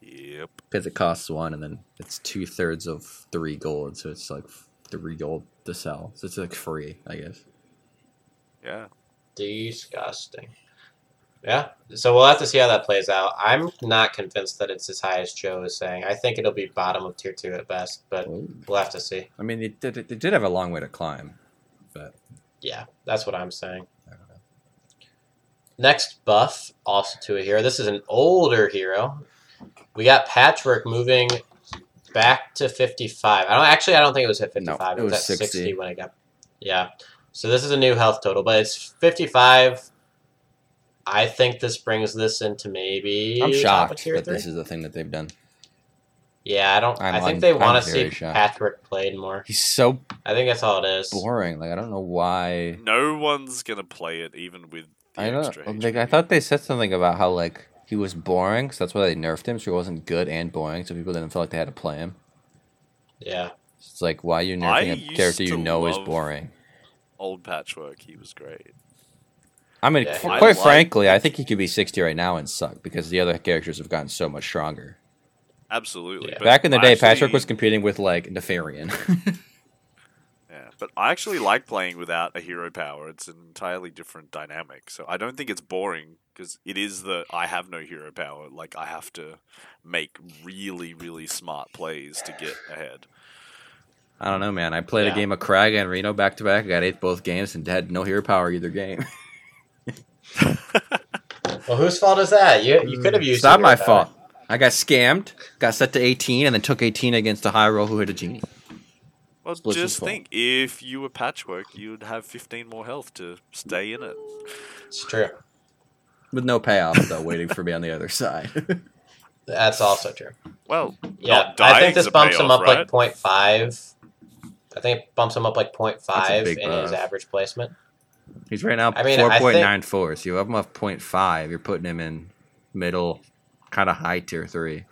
C: Yep.
B: Because it costs one and then it's two thirds of three gold, so it's like three gold to sell. So it's like free, I guess.
C: Yeah.
A: Disgusting. Yeah. So we'll have to see how that plays out. I'm not convinced that it's as high as Joe is saying. I think it'll be bottom of tier two at best, but we'll have to see.
B: I mean, they did, they did have a long way to climb, but
A: Yeah, that's what I'm saying.
B: I don't know.
A: Next buff, also to a hero. This is an older hero. We got Patchwork moving back to 55. I don't actually. I don't think it was at 55.
B: No,
A: it,
B: it
A: was
B: was
A: at 60.
B: 60
A: when it got. Yeah. So this is a new health total, but it's 55. I think this brings this into maybe.
B: I'm
A: top of
B: shocked
A: tier
B: that
A: three.
B: this is the thing that they've done.
A: Yeah, I don't. i
B: I'm-
A: think
B: I'm-
A: they
B: I'm
A: want to see
B: very shocked.
A: Patchwork played more.
B: He's so
A: I think that's all it is.
B: boring. Like I don't know why.
C: No one's gonna play it, even with. The
B: I
C: extra
B: don't. Like I
C: HP.
B: thought they said something about how like he was boring, so that's why they nerfed him. So he wasn't good and boring, so people didn't feel like they had to play him.
A: Yeah,
B: So it's like why are you
C: I
B: nerfing
C: used
B: a character you
C: to
B: know is
C: love-
B: boring?
C: old patchwork. He was great.
B: I mean,
A: Yeah,
B: qu-
A: I
B: quite
C: like-
B: frankly, I think he could be sixty right now and suck because the other characters have gotten so much stronger.
C: Absolutely.
A: Yeah.
C: But
B: Back in the
C: I
B: day,
C: actually-
B: Patrick was competing with like Nefarian.
C: Yeah, but I actually like playing without a hero power. It's an entirely different dynamic. So I don't think it's boring because it is the I have no hero power. Like I have to make really, really smart plays to get ahead.
B: I don't know, man. I played
A: Yeah.
B: a game of Craig and Reno back to back. I got eighth both games and had no hero power either game.
A: Well, whose fault is that? You you could have used.
B: It's not
A: it
B: my
A: right now.
B: fault. I got scammed, got set to 18, and then took 18 against a high roll who hit a genie.
C: Well,
B: Split's his
C: just
B: fault.
C: think if you were patchwork, you'd have 15 more health to stay in it.
A: It's true.
B: With no payoff, though, waiting for me on the other side.
A: That's also true.
C: Well,
A: Yeah,
C: not
A: I
C: dying's
A: think this
C: a
A: bumps him
C: payoff,
A: up
C: right?
A: like 0.5. I think it bumps him up like 0.5
B: big
A: in his
B: buff.
A: average placement.
B: He's right now
A: I mean, I think-
B: 4.94, so you have him up 0.5. You're putting him in middle, kind of high tier 3.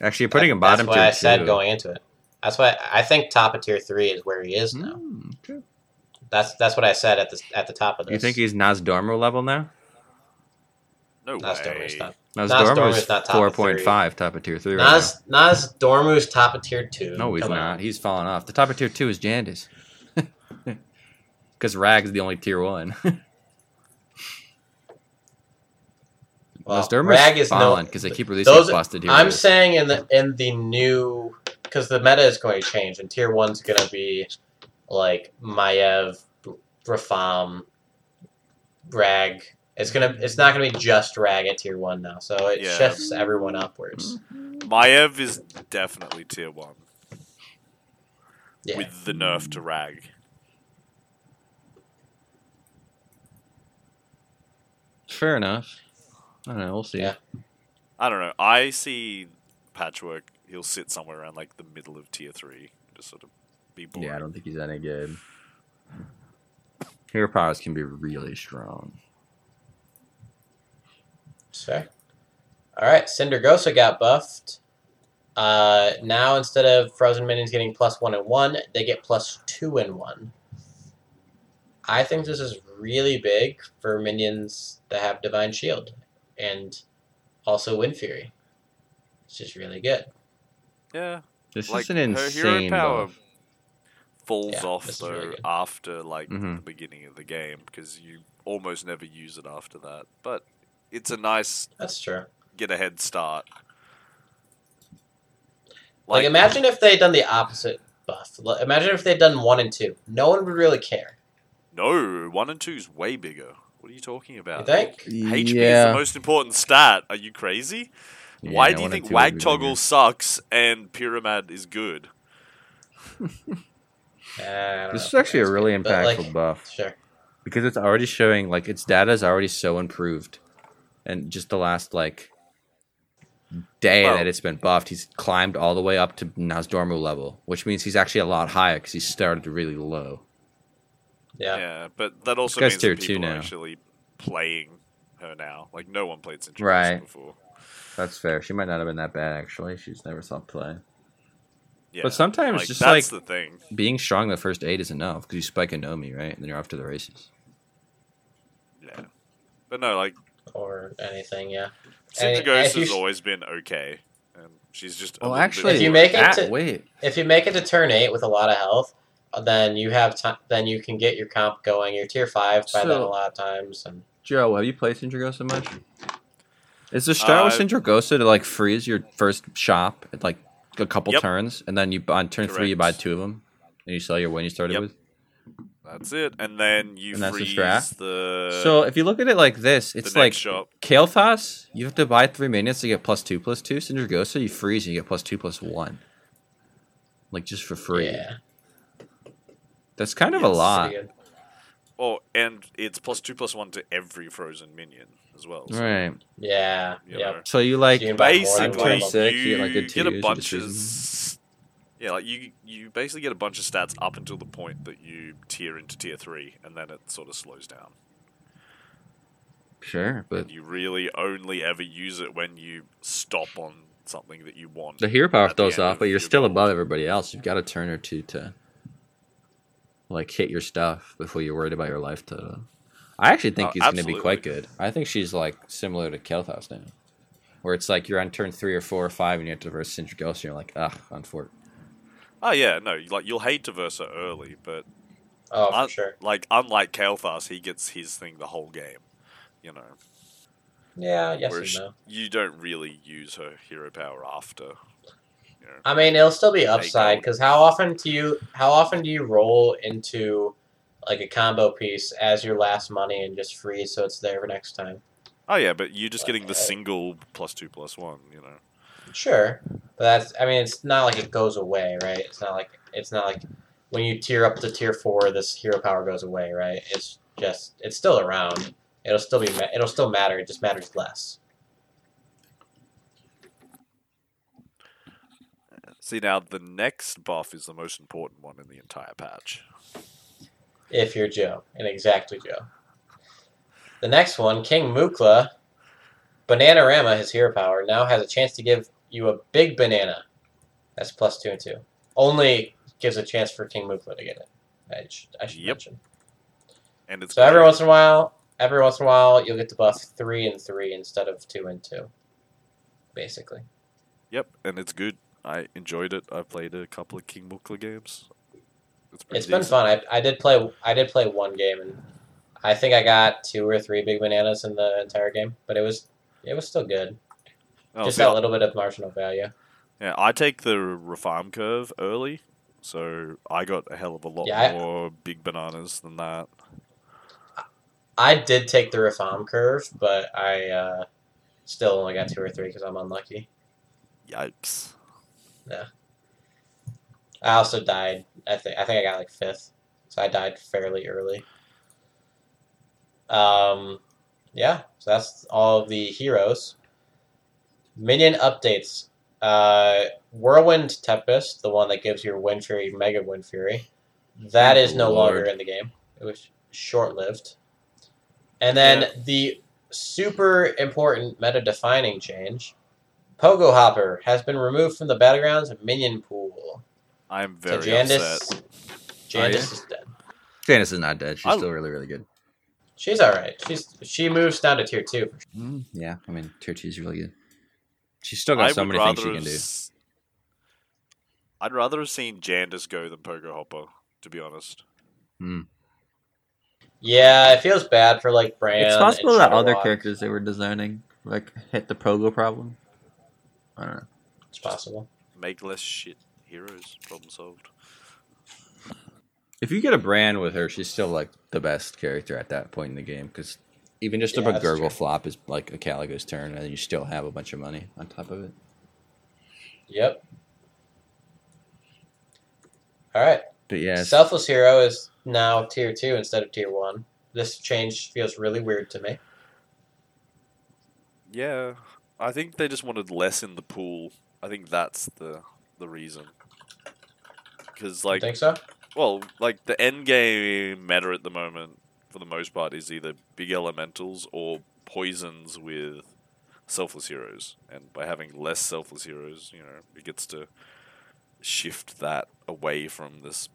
B: Actually, you're putting him bottom
A: That's
B: tier
A: why I said
B: 2.
A: going into it. That's why I think top of tier three is where he is now.
B: Hmm, okay.
A: That's that's what I said at the at the top of this.
B: You think he's Nazdormo level now?
C: No
A: Nas
C: way.
A: Dormu's not.
B: Nazdormo
A: Dormu's
B: is
A: not top of
B: 4.5, top of tier 3 right now.
A: Nas Nas Dormu's top of tier two.
B: No, he's
A: Come on.
B: not. He's fallen off. The top of tier two is Jandis. Because Rag's the only tier one.
A: Well,
B: Nosderma's
A: Rag is no.
B: fallen because they keep releasing
A: Those,
B: busted heroes.
A: I'm saying in the in the new because the meta is going to change and tier one's going to be like Maiev, R- Rafam, Rag. It's gonna. It's not gonna be just Rag at tier one now. So it
C: Yeah.
A: shifts everyone upwards.
C: Maiev is definitely tier one
A: Yeah.
C: with the nerf to rag.
B: Fair enough. I don't know. We'll see.
A: Yeah.
C: I don't know. I see Patchwork. He'll sit somewhere around like the middle of tier three, just sort of be boring.
B: Yeah, I don't think he's any good. Hero powers can be really strong.
A: Sure. All right, Cindergosa got buffed. Uh, now instead of frozen minions getting plus one and one, they get plus two and one. I think this is really big for minions that have divine shield, and also wind fury. It's just really good.
C: Yeah,
B: This
C: like
B: is an
C: her hero
B: insane
C: power
B: buff.
C: falls
A: Yeah,
C: off
A: this is
C: though
A: really good. Mm-hmm.
C: after like
B: Mhm.
C: the beginning of the game because you almost never use it after that. But it's a nice
A: That's true.
C: get a head start.
A: Like, imagine if they had done the opposite buff. L- Imagine if they had done one and two. No one would really care.
C: No, one and two is way bigger. What are you talking
A: You
C: about?
A: think?
C: HP is the
B: Yeah.
C: most important stat. Are you crazy?
B: Yeah,
C: Why do you
B: one and
C: think
B: two would be
C: Wag Toggle
B: bigger.
C: sucks and Pyramid is good?
A: Uh, I don't
B: This is
A: know.
B: actually a really
A: But, like,
B: impactful buff
A: Sure.
B: because it's already showing like its data is already so improved, and just the last like day
C: Well-
B: that it's been buffed, he's climbed all the way up to Nazdormu level, which means he's actually a lot higher because he started really low.
C: Yeah,
A: Yeah.
C: but that also
B: guy's
C: means that
B: tier two
C: people are
B: now.
C: actually playing her now. Like no one played Century
B: Right.
C: before.
B: That's fair. She might not have been that bad actually. She's never stopped playing.
C: Yeah,
B: But sometimes
C: like,
B: just like
C: that's the thing.
B: being strong the first eight is enough because you spike a Nomi, right? And then you're off to the races.
C: Yeah, but no, like
A: Or anything. Yeah. And
C: Century Ghost
A: if you
C: has
A: sh-
C: always been okay, and she's just. a
B: Well,
C: little bit
B: actually,
A: Oh, If you
C: more-
A: make it
B: that-
A: to-
B: wait.
A: If you make it to turn eight with a lot of health, uh, then you have time. Then you can get your comp going. Your tier five by then
B: So-
A: a lot of times. And
B: Joe, have you played Sindragosa much? Is the start with
C: Uh,
B: Sindragosa to like freeze your first shop at like a couple
C: Yep.
B: turns, and then you on turn three you buy
C: Correct.
B: two of them, and you sell your one you started
C: Yep.
B: with?
C: That's it, and then you
B: And that's the
C: freeze
B: strat?
C: the.
B: so if you look at it like this,
C: Uh, the
B: it's
C: next
B: like
C: shop.
B: Kael'thas, you have to buy three minions to get plus two plus two. Sindragosa, you freeze and you get plus two plus one, like just for free.
A: yeah.
B: That's kind of
C: Yes.
B: a lot,
A: pretty good.
C: Oh, and it's plus two plus one to every frozen minion as well. so,
B: right?
A: Yeah.
C: you
A: Yeah.
C: know.
B: So you like "Oh,
A: You can buy more than one
C: Basically,
A: of them.
B: Two sick, you get, like,
C: you
B: good
C: get a
B: twos, you
C: bunch
B: just
C: of.
B: use
C: s- Yeah, like you, you basically get a bunch of stats up until the point that you tier into tier three, and then it sort of slows down.
B: sure, but
C: You really only ever use it when you stop on something that you want.
B: The hero power
C: at the
B: throws
C: end
B: off,
C: of
B: but you're
C: your
B: still
C: build.
B: above everybody else. You've got a turn or two to like hit your stuff before you're worried about your life total. I actually think
C: Oh,
B: he's going to be
C: absolutely.
B: quite good. I think she's like similar to Kelthos now, where it's like you're on turn three or four or five and you have to verse Sindra Ghost and you're like, ugh, on four.
C: Oh yeah, no, like you'll hate Diversa early, but
A: Oh,
C: un-
A: for sure.
C: like unlike Kael'thas, he gets his thing the whole game. You know,
A: Yeah. Yes
C: whereas
A: and no.
C: you don't really use her hero power after. You know.
A: I mean, it'll still be upside
C: gold.
A: because how often do you how often do you roll into like a combo piece as your last money and just freeze so it's there for next time?
C: Oh yeah, but you're just getting the
A: Uh,
C: single plus two plus one. You know,
A: Sure, but that's I mean, it's not like it goes away, right? It's not like it's not like when you tier up to tier four, this hero power goes away, right? It's just it's still around. It'll still be ma- it'll still matter. It just matters less.
C: see now the next buff is the most important one in the entire patch.
A: If you're Joe, and exactly Joe. The next one, King Mukla, Bananarama, his hero power, now has a chance to give you a big banana. That's plus two and two. Only gives a chance for King Mukla to get it. I sh- I should,
C: Yep.
A: mention.
C: And it's
A: So every once in a while, every once in a while, you'll get to buff three and three instead of two and two. Basically,
C: yep, and it's good. I enjoyed it. I played a couple of King Mukla games. It's
A: it's been fun. I, I did play I did play one game, and I think I got two or three big bananas in the entire game, but it was it was still good.
C: Oh,
A: just
C: see,
A: that little bit of marginal value.
C: Yeah, I take the reform curve early, so I got a hell of a lot
A: Yeah, I-
C: more big bananas than that.
A: I did take the reform curve, but I uh, still only got two or three because I'm unlucky.
C: Yikes!
A: I also died. I think I think I got like fifth, so I died fairly early. Um, yeah. So that's all of the heroes. Minion updates. Uh, Whirlwind Tempest, the one that gives your Wind Fury Mega Wind Fury, that
B: Oh,
A: is no
B: Lord.
A: longer in the game. It was short lived. And then
C: Yeah.
A: the super important meta defining change. Pogo Hopper has been removed from the Battlegrounds minion pool.
C: I'm very
A: so Jandis,
C: upset.
A: Jandis
B: yeah?
A: is dead.
B: Janice is not dead. She's
C: I-
B: still really, really good.
A: She's all right. She's she moves down to tier two.
B: yeah, I mean, tier two is really good. She's still
C: I
B: got
C: would
B: so many
C: rather
B: things she
C: have
B: can do.
C: s- I'd rather have seen Jandis go than Pogo Hopper, to be honest.
A: Yeah, it feels bad for like Bran.
B: It's possible
A: and
B: that other
A: Shadowlock.
B: characters they were designing like hit the Progo problem. I don't know.
A: It's possible.
C: Make less shit heroes. Problem solved.
B: If you get a brand with her, she's still like the best character at that point in the game because even just a
A: Yeah, that's
B: McGurgle
A: true.
B: flop is like a Caligo's turn, and you still have a bunch of money on top of it.
A: Yep. All right.
B: But yeah, it's-
A: Selfless Hero is now tier two instead of tier one. This change feels really weird to me.
C: Yeah, I think they just wanted less in the pool. I think that's the the reason. Because
A: Like,
C: like,
A: you think so?
C: well, like the end game meta at the moment, for the most part, is either big elementals or poisons with selfless heroes. And by having less selfless heroes, you know, it gets to shift that away from this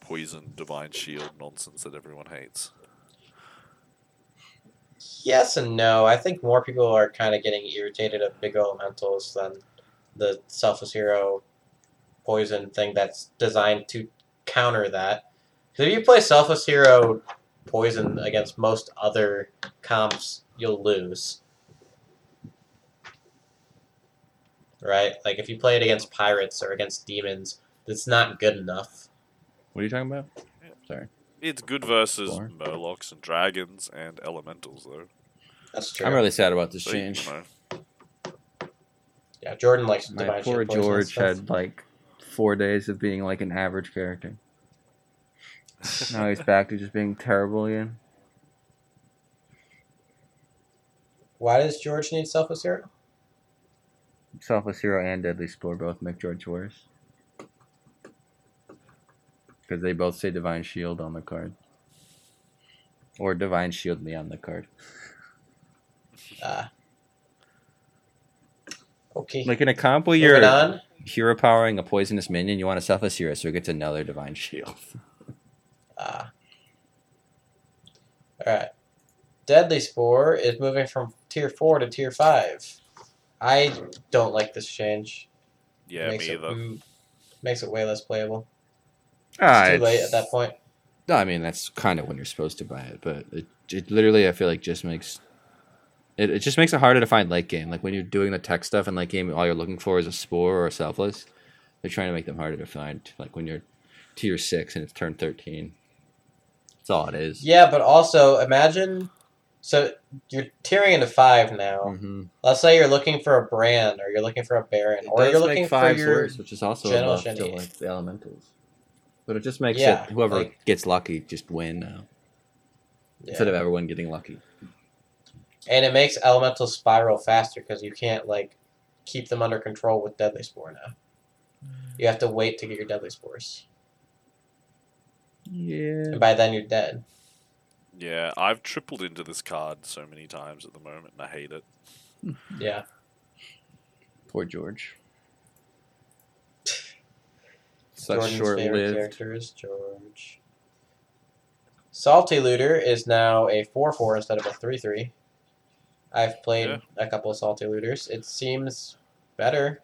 C: poison divine shield nonsense that everyone hates.
A: Yes and no. I think more people are kind of getting irritated at big elementals than the selfless hero poison thing that's designed to counter that. 'Cause if you play selfless hero poison against most other comps, you'll lose. Right? Like if you play it against pirates or against demons, it's not good enough.
B: what are you talking about?
C: It's good versus
B: Sure.
C: murlocs and dragons and elementals, though.
A: That's true.
B: I'm really sad about this
C: So, you
B: change.
C: know.
A: yeah, Jordan likes to
B: My
A: divine
B: poor
A: shit poison and
B: George
A: stuff.
B: had like four days of being like an average character. now he's back to just being terrible again.
A: Why does George need selfless hero?
B: Selfless Hero and Deadly Spore both make George worse. Because they both say Divine Shield on the card. Or Divine Shield me on the card.
A: Uh, okay.
B: Like in a comp where
A: Moving
B: you're
A: on.
B: hero powering a poisonous minion, you want a Selfless Hero so it gets another Divine Shield.
A: Uh, all right. Deadly Spore is moving from tier four to tier five. I don't like this change.
C: Yeah,
A: makes
C: me
A: it,
C: either.
A: mm, makes it way less playable.
B: Ah,
A: It's too late at
B: it's-
A: that point.
B: No, I mean that's kind of when you're supposed to buy it, but it, it literally I feel like just makes it, it just makes it harder to find late game. Like when you're doing the tech stuff in late game, all you're looking for is a spore or a selfless. They're trying to make them harder to find. Like when you're tier six and it's turn thirteen, that's all it is.
A: Yeah, but also imagine. So you're tiering into five now.
B: Mhm.
A: Let's say you're looking for a brand, or you're looking for a baron, or you're looking for
B: fives
A: your
B: worse, which is also
A: general
B: above the,
A: shindy.
B: like, the elementals. But it just makes
A: Yeah,
B: it whoever
A: like-
B: gets lucky just win now
A: Yeah.
B: instead of everyone getting lucky.
A: And it makes elemental spiral faster because you can't like keep them under control with deadly spore now. You have to wait to get your deadly spores,
B: Yeah.
A: and by then you're dead.
C: Yeah, I've tripled into this card so many times at the moment, and I hate it.
A: Yeah.
B: Poor George. Such
A: Jordan's
B: short
A: favorite
B: lived.
A: character is George. Salty Looter is now a four four instead of a three three. I've played
C: Yeah.
A: a couple of Salty Looters. It seems better.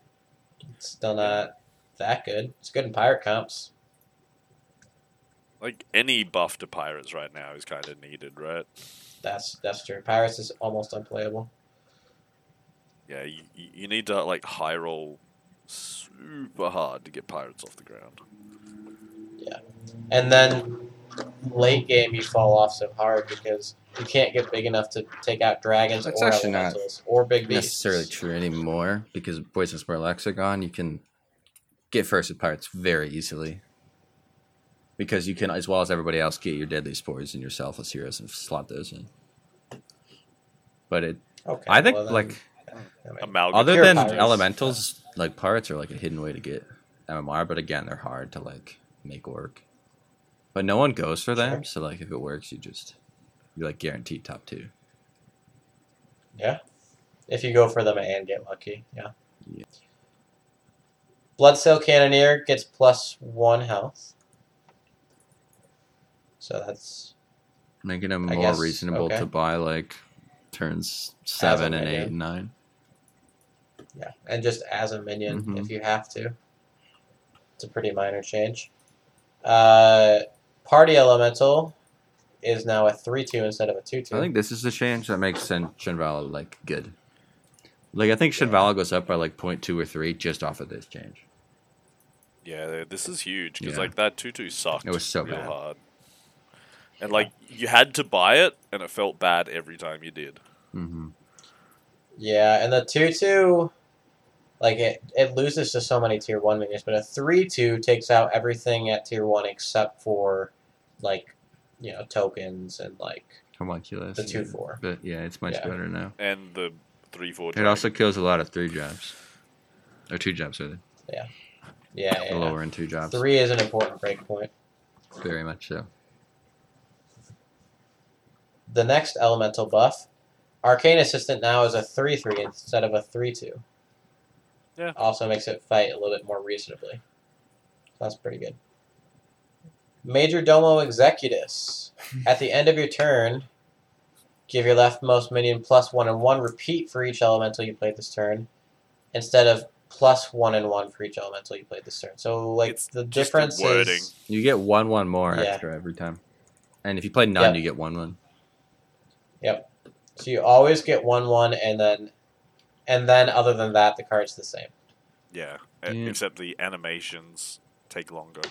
A: It's still not that good. It's good in pirate comps.
C: Like any buff to pirates right now is kind of needed, right?
A: That's that's true. Pirates is almost unplayable.
C: Yeah, you, you you need to like high roll super hard to get pirates off the ground.
A: and then late game you fall off so hard because you can't get big enough to take out dragons
B: That's
A: or
B: actually not
A: elementals or big beasts.
B: necessarily true anymore because Poisonous Murlocs are gone. You can get first with pirates very easily because you can, as well as everybody else, get your deadly spores and your selfless heroes and slot those in. But it,
A: Okay,
B: I think,
A: well then,
B: like
A: I mean,
C: Amalgam.
B: other
A: pure
B: than
A: pirates.
B: elementals, like pirates are like a hidden way to get MMR. But again, they're hard to like make work. But no one goes for them,
A: Sure.
B: so like if it works, you just you're like guaranteed top two.
A: if you go for them and get lucky, yeah.
B: Yeah.
A: Bloodsail Cannoneer gets plus one health. So that's
B: making them
A: I
B: more
A: guess,
B: reasonable
A: okay.
B: to buy like turns seven and
A: right, yeah.
B: eight and nine.
A: yeah, and just as a minion
B: Mhm.
A: if you have to. It's a pretty minor change. Uh, Party Elemental is now a three two instead of a two two.
B: I think this is the change that makes Shin- Shinvala like good. Like I think Shinvala goes up by like 0.2 or three just off of this change.
C: Yeah, this is huge because
B: Yeah.
C: like that tutu sucked.
B: It was so
C: real
B: bad.
C: hard. And like you had to buy it, and it felt bad every time you did.
B: Mm-hmm.
A: Yeah, and the two two, like it, it loses to so many tier one minions, but a three two takes out everything at tier one except for, like, you know, tokens and like
B: Homunculus.
A: The 2-4.
B: But yeah, it's much
A: Yeah.
B: better now.
C: And the three four.
B: It also kills a lot of three jobs. Or two jobs, rather.
A: yeah,
B: The
A: yeah.
B: lower end two jobs.
A: Three is an important breakpoint.
B: Very much so.
A: The next elemental buff, arcane assistant now is a three three instead of a three two.
C: Yeah.
A: Also makes it fight a little bit more reasonably. That's pretty good. Major Domo Executus. At the end of your turn, give your leftmost minion plus one and one repeat for each elemental you played this turn, instead of plus one and one for each elemental you played this turn. So like
C: It's
A: the
C: just the
A: difference
C: wording.
A: is
B: You get one one more
A: Yeah.
B: extra every time. And if you play none,
A: Yep.
B: you get one one.
A: so you always get one one and then and then other than that the card's the same.
C: Yeah, e-
B: Yeah.
C: except the animations take longer.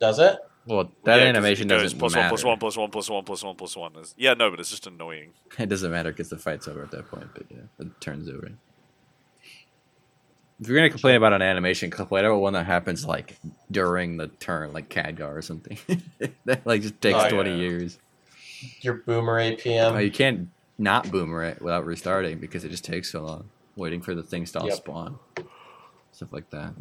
A: Does it?
B: Well, that
C: Yeah, 'cause
B: animation
C: it goes
B: doesn't
C: plus
B: matter.
C: one plus one plus one plus one plus one plus one. Is, yeah, no, but it's just annoying.
B: It doesn't matter because the fight's over at that point. But yeah, it turns over. If you're gonna complain about an animation, complain about one that happens like during the turn, like Cadgar or something. that like just takes
A: Oh,
B: twenty
C: yeah.
B: years.
A: Your boomer
B: Oh,
A: APM.
B: you can't not boomer it without restarting because it just takes so long waiting for the things to all
A: Yep.
B: spawn, stuff like that.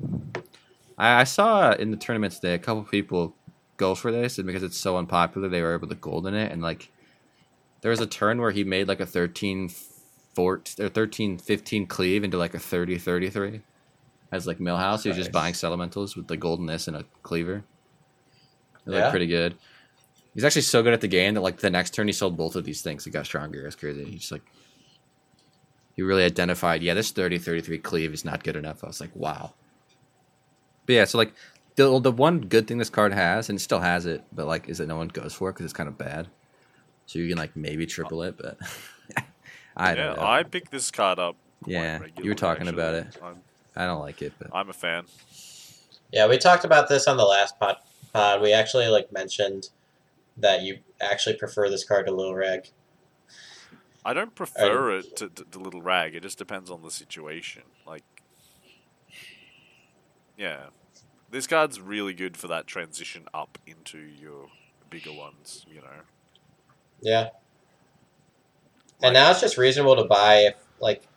B: I, I saw in the tournaments today a couple people go for this, and because it's so unpopular, they were able to gold in it. And like, there was a turn where he made like a 13 14 or 13 15 cleave into like a 30 33 as like Millhouse. He was just
A: Nice.
B: buying Selementals with the golden S and a cleaver. It looked
A: Yeah.
B: pretty good. He's actually so good at the game that like the next turn he sold both of these things. It got stronger. It's crazy. He's just like he really identified, yeah, this 30 33 cleave is not good enough. I was like, wow. But yeah, so like the the one good thing this card has, and it still has it, but like is that no one goes for it because it's kind of bad. So you can like maybe triple it, but I
C: yeah,
B: don't know.
C: I pick this card up. quite
B: yeah, you were
C: regularly,
B: talking about it.
C: actually. I'm,
B: I don't like it, but
C: I'm a fan.
A: Yeah, we talked about this on the last pod. pod. We actually like mentioned that you actually prefer this card to Lil Reg.
C: I don't prefer
B: Um,
C: it to, to, to Little Rag. It just depends on the situation. Like, yeah, this card's really good for that transition up into your bigger ones. You know,
A: Yeah. And now it's just reasonable to buy if like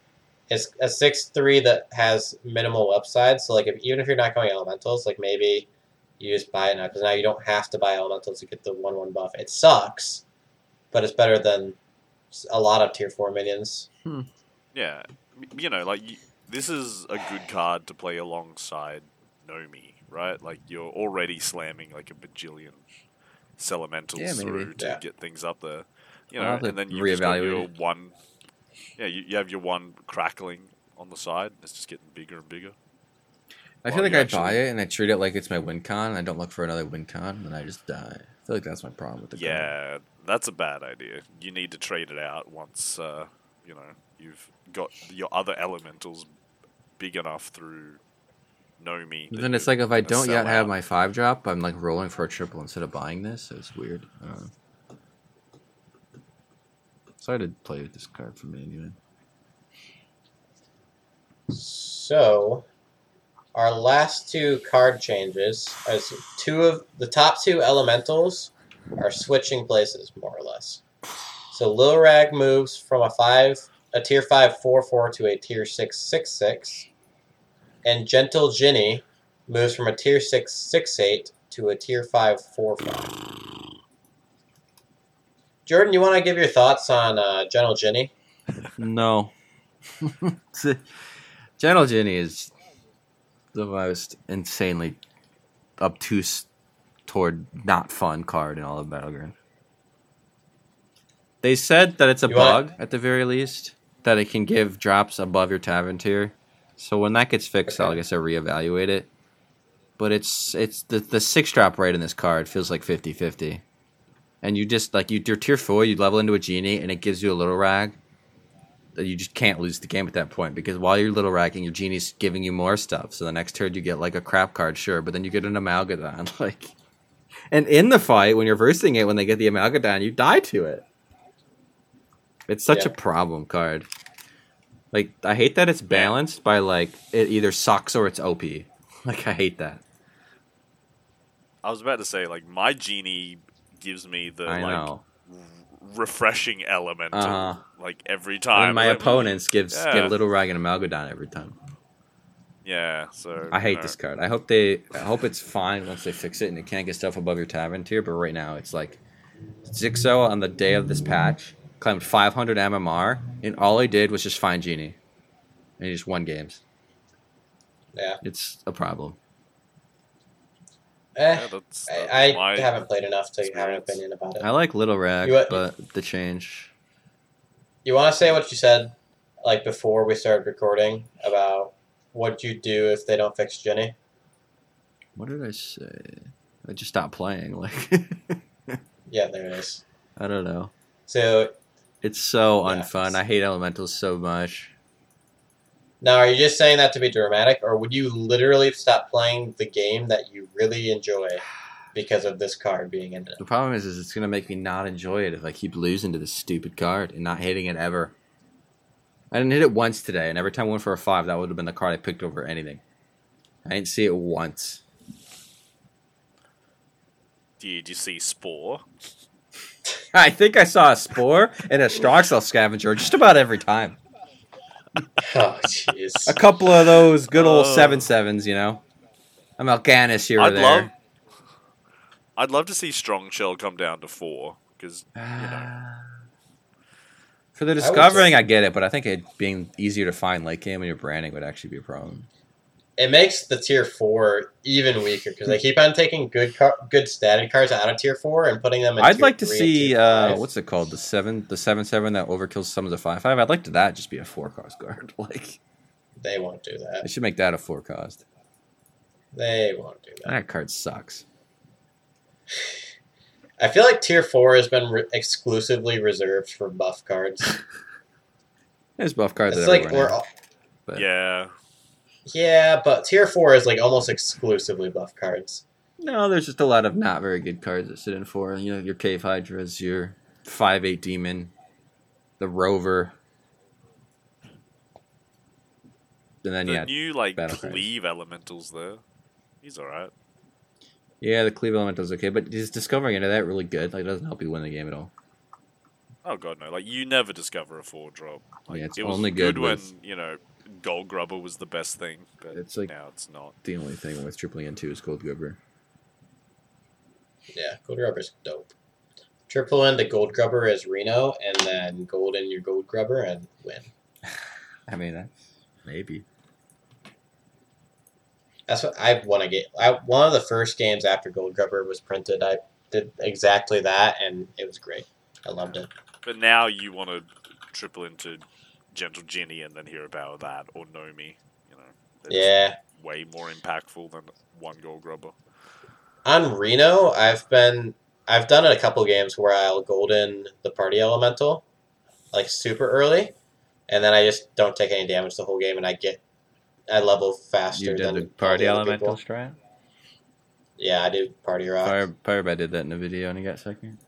A: it's a six three that has minimal upside. So like if, even if you're not going elementals, like maybe you just buy it now because now you don't have to buy elementals to get the one one buff. It sucks, but it's better than s- a lot of tier four minions.
C: yeah, m- you know, like y this is a good card to play alongside Nomi, right? Like you're already slamming like a bajillion Celementals
B: Yeah, maybe.
C: through to
A: Yeah.
C: get things up there. You
B: I'll
C: know,
B: have to
C: and then you just got
B: reevaluate
C: your
B: it.
C: one. Yeah, you, you have your one crackling on the side. It's just getting bigger and bigger.
B: I
C: Well,
B: feel like
C: you
B: I
C: actually-
B: buy it and I treat it like it's my win con. And I don't look for another win con, and I just die. I feel like that's my problem with the card.
C: Yeah, that's a bad idea. You need to trade it out once uh, you know you've got your other elementals big enough through Nomi.
B: But
C: that
B: Then it's
C: you're
B: like if I
C: gonna
B: don't yet
C: sell
B: have
C: out.
B: my five drop, I'm like rolling for a triple instead of buying this. So it's weird. I don't know. So I did play with this card for me anyway.
A: So, our last two card changes as two of the top two elementals are switching places more or less. So Lil Rag moves from a five, a tier five four four to a tier six six six, and Gentle Ginny moves from a tier six six eight to a tier five four five. Jordan, you want to give your thoughts on uh, Gentle Ginny?
B: No. Gentle Ginny is the most insanely obtuse toward not fun card in all of Battleground. They said that it's a
A: You wanna-
B: bug at the very least, that it can give drops above your tavern tier. So when that gets fixed, I'll
A: Okay.
B: guess I reevaluate it. But it's it's the the six drop rate in this card feels like 50-50. And you just like you, you're tier four, you level into a genie, and it gives you a little rag, you just can't lose the game at that point because while you're little racking, your genie's giving you more stuff. So the next turn you get like a crap card, sure, but then you get an amalgadon. Like, and in the fight when you're versing it, when they get the amalgadon, you die to it. It's such
A: Yeah.
B: a problem card. Like, I hate that it's balanced by like it either sucks or it's OP. Like, I hate that.
C: I was about to say, like, my genie gives me the
B: I
C: Uh, like
B: know.
C: refreshing element, of,
B: Uh-huh.
C: like every time.
B: and my
C: Like,
B: opponents gives
C: Yeah.
B: get little rag and amalgadon every time.
C: Yeah, so
B: I hate
C: no.
B: this card. I hope they. I hope it's fine once they fix it and it can't get stuff above your tavern tier. But right now, it's like Zixo on the day of this patch claimed 500 MMR, and all he did was just find Genie, and he just won games.
A: Yeah.
B: It's a problem.
C: Yeah,
A: Eh,
C: that's, that's
A: I,
C: my-
A: I haven't played enough to have an
C: experience.
A: opinion about it.
B: I like Little Rag,
A: You what-
B: but the change.
A: You want to say what you said, like before we started recording, about what you do if they don't fix Jenny?
B: What did I say? I just stopped playing. Like
A: Yeah, there it is.
B: I don't know.
A: So
B: It's so
A: Yeah,
B: unfun.
A: it's-
B: I hate elementals so much.
A: now, are you just saying that to be dramatic, or would you literally stop playing the game that you really enjoy because of this card being in it?
B: The problem is, is it's gonna make me not enjoy it if I keep losing to this stupid card and not hitting it ever. I didn't hit it once today, and every time I went for a five, that would have been the card I picked over anything. I didn't see it once.
C: Did you see Spore?
B: I think I saw a spore and a Stroxel scavenger just about every time.
A: Oh, jeez.
B: A couple of those good old
C: Oh.
B: seven sevens, you know. I'm Alcanis here or
C: I'd
B: there.
C: love- I'd love to see Strong Shell come down to four because
B: For the discovering, I, get it, but I think it being easier to find late game when you're branding would actually be a problem.
A: It makes the tier four even weaker because they keep on taking good car- good statted cards out of tier four and putting them. in
B: I'd
A: tier
B: like to
A: three and
B: see
A: tier
B: uh,
A: five.
B: what's it called? The seven, the seven seven that overkills some of the five five. I'd like to that just be a four cost card. Like
A: they won't do
B: I
A: that.
B: should make that a four cost.
A: They won't do that.
B: That card sucks.
A: I feel like tier four has been re- exclusively reserved for buff cards.
B: There's buff cards
A: it's
B: that
A: like
B: everyone
A: we're
B: has.
A: all-
B: But-
C: yeah,
A: yeah, but tier four is like almost exclusively buff cards.
B: No, there's just a lot of not very good cards that sit in four. You know, your cave hydras, your five eight demon, the rover, and then
C: the
B: yeah,
C: new like
B: Battle Cry.
C: cleave elementals there. He's all right.
B: yeah, the cleave elemental's okay, but just discovering into that really good. Like, it doesn't help you win the game at all.
C: Oh god, no! Like you never discover a four drop. Like,
B: Yeah, it's
C: it was
B: only good
C: good, when
B: with-
C: you know Gold Grubber was the best thing, but
B: It's like-
C: now it's not.
B: The only thing with tripling into is gold grubber.
A: Yeah, gold grubber's dope. Triple into gold grubber is Reno, and then gold in your gold grubber and win.
B: I mean, that's maybe.
A: That's what I won a game. I, one of the first games after Gold Grubber was printed, I did exactly that, and it was great. I loved it.
C: But now you want to triple into Gentle Ginny and then hear about that or Nomi. You know, They're just
A: Yeah.
C: way more impactful than one Gold Grubber.
A: On Reno, I've been I've done it a couple games where I'll golden the party elemental, like super early, and then I just don't take any damage the whole game, and I get I level faster
B: You
A: than
B: did the
A: all
B: party
A: other
B: elemental
A: people.
B: strat.
A: Yeah, I do party rock.
B: Fire, Firebat did that in a video and he got second.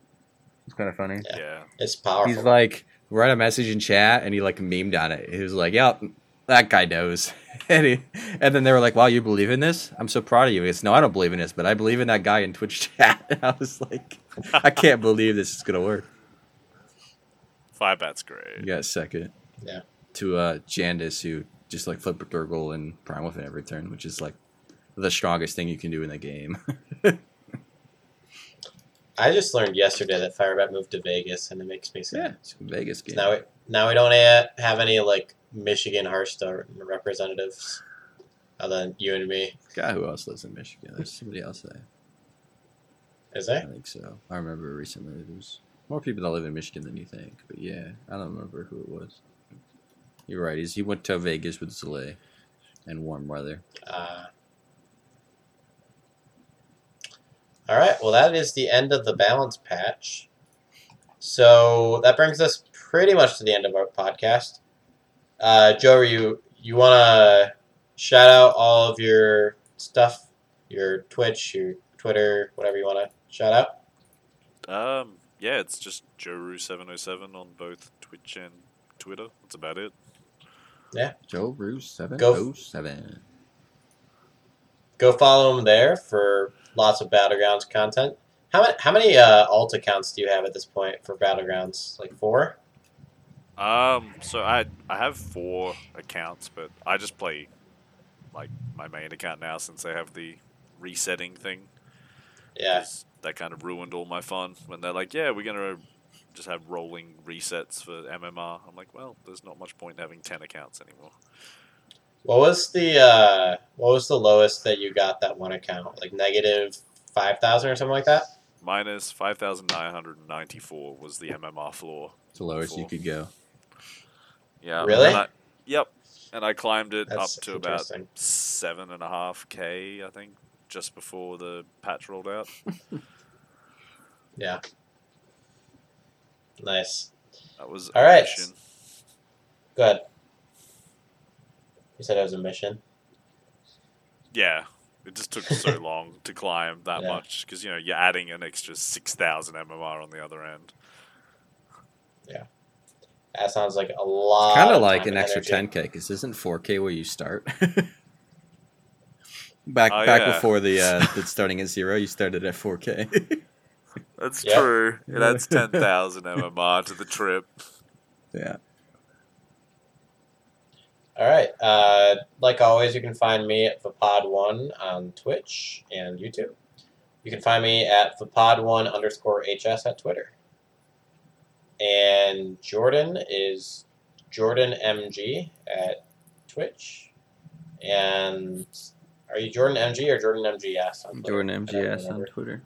B: It's kind of funny.
A: Yeah.
C: Yeah.
A: It's powerful.
B: He's like, write a message in chat, and he like memed on it. He was like, "Yep, that guy knows." and he, and then they were like, "Wow, you believe in this? I'm so proud of you." It's no, I don't believe in this, but I believe in that guy in Twitch chat. And I was like, I can't believe this is gonna work.
C: Firebat's great.
B: You got second.
A: Yeah.
B: To uh Jandis who just like flipped a Durgle and Primal Fan every turn, which is like the strongest thing you can do in the game.
A: I just learned yesterday that Firebat moved to Vegas, and it makes me sad.
B: it's a Vegas game.
A: Now we now we don't ha- have any like Michigan Hearthstone representatives other than you and me.
B: God, who else lives in Michigan? There's somebody else there.
A: Is
B: I
A: there?
B: think so. I remember recently there's more people that live in Michigan than you think. But yeah, I don't remember who it was. You're right. He's, he went to Vegas with Zelay and warm weather.
A: Uh, all right. Well, that is the end of the balance patch. So that brings us pretty much to the end of our podcast. Uh, Joe, you you want to shout out all of your stuff, your Twitch, your Twitter, whatever you want to shout out?
C: Um, yeah, it's just Joru707 on both Twitch and Twitter. That's about it.
B: Joe Bruce seven
A: Go.
B: oh seven.
A: Go follow him there for lots of battlegrounds content. How many how many uh, alt accounts do you have at this point for battlegrounds? Like four?
C: Um, so I I have four accounts, but I just play like my main account now since they have the resetting thing.
A: Yeah.
C: 'cause That kind of ruined all my fun when they're like, yeah, we're gonna just have rolling resets for MMR. I'm like, well, there's not much point in having ten accounts anymore.
A: What was the uh, what was the lowest that you got that one account? Like negative five thousand or something like that?
C: Minus five thousand nine hundred ninety four was the MMR floor.
B: It's the lowest you
C: Four.
B: could go.
C: Yeah.
A: Really?
C: and I- yep. And I climbed it
A: That's
C: up to about
A: interesting.
C: seven and a half k, I think, just before the patch rolled out.
A: Yeah. Nice.
C: That was
A: All
C: a
A: right.
C: mission.
A: Good. You said it was a mission.
C: Yeah, it just took so long to climb that
A: Yeah.
C: much because you know you're adding an extra six thousand MMR on the other end.
A: That sounds like a lot.
B: Kind of
A: of
B: like
A: Uh, time
B: an
A: and
B: extra
A: energy.
B: 10k because isn't 4k where you start? back
C: Oh,
B: back
C: yeah.
B: before the uh, the starting at zero, you started at 4k.
C: That's
A: Yep.
C: true.
B: It adds
C: ten thousand MMR to the trip.
B: yeah.
A: All right. Uh, like always, you can find me at Vapod1 on Twitch and YouTube. You can find me at Vapod1 underscore HS at Twitter. And Jordan is JordanMG at Twitch. And are you Jordan MG or Jordan MGS? on Twitter?
B: Jordan
A: I don't
B: MGS on
A: remember.
B: Twitter.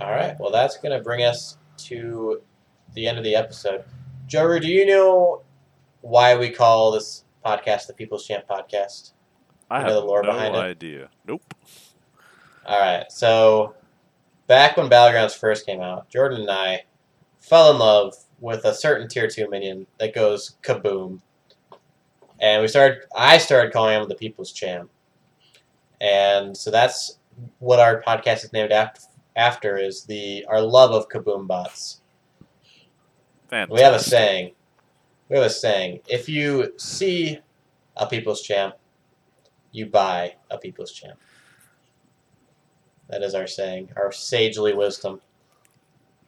A: All right. Well, that's going to bring us to the end of the episode. Joru, do you know why we call this podcast the People's Champ Podcast?
C: I
A: You know
C: have
A: the lore
C: no
A: behind it?
C: idea. Nope.
A: All right. So, back when Battlegrounds first came out, Jordan and I fell in love with a certain tier two minion that goes kaboom, and we started. I started calling him the People's Champ, and so that's what our podcast is named after. After is the our love of kaboom bots.
C: Fantastic.
A: We have a saying. We have a saying. If you see a people's champ, you buy a people's champ. That is our saying. Our sagely wisdom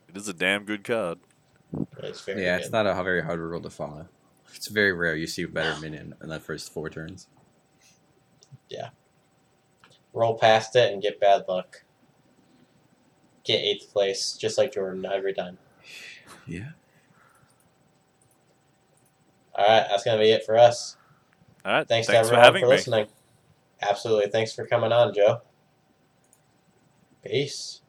C: It is a damn good card.
A: is very
B: yeah,
A: good.
B: it's not a h- very hard rule to follow. It's very rare you see a better minion in the first four turns.
A: Roll past it and get bad luck. Get eighth place, just like Jordan every time.
B: Yeah.
A: All right, that's gonna be it for us.
C: All right.
A: Thanks,
C: Thanks,
A: to
C: for
A: everyone
C: having
A: for
C: me.
A: listening. Absolutely, thanks for coming on, Joe. Peace.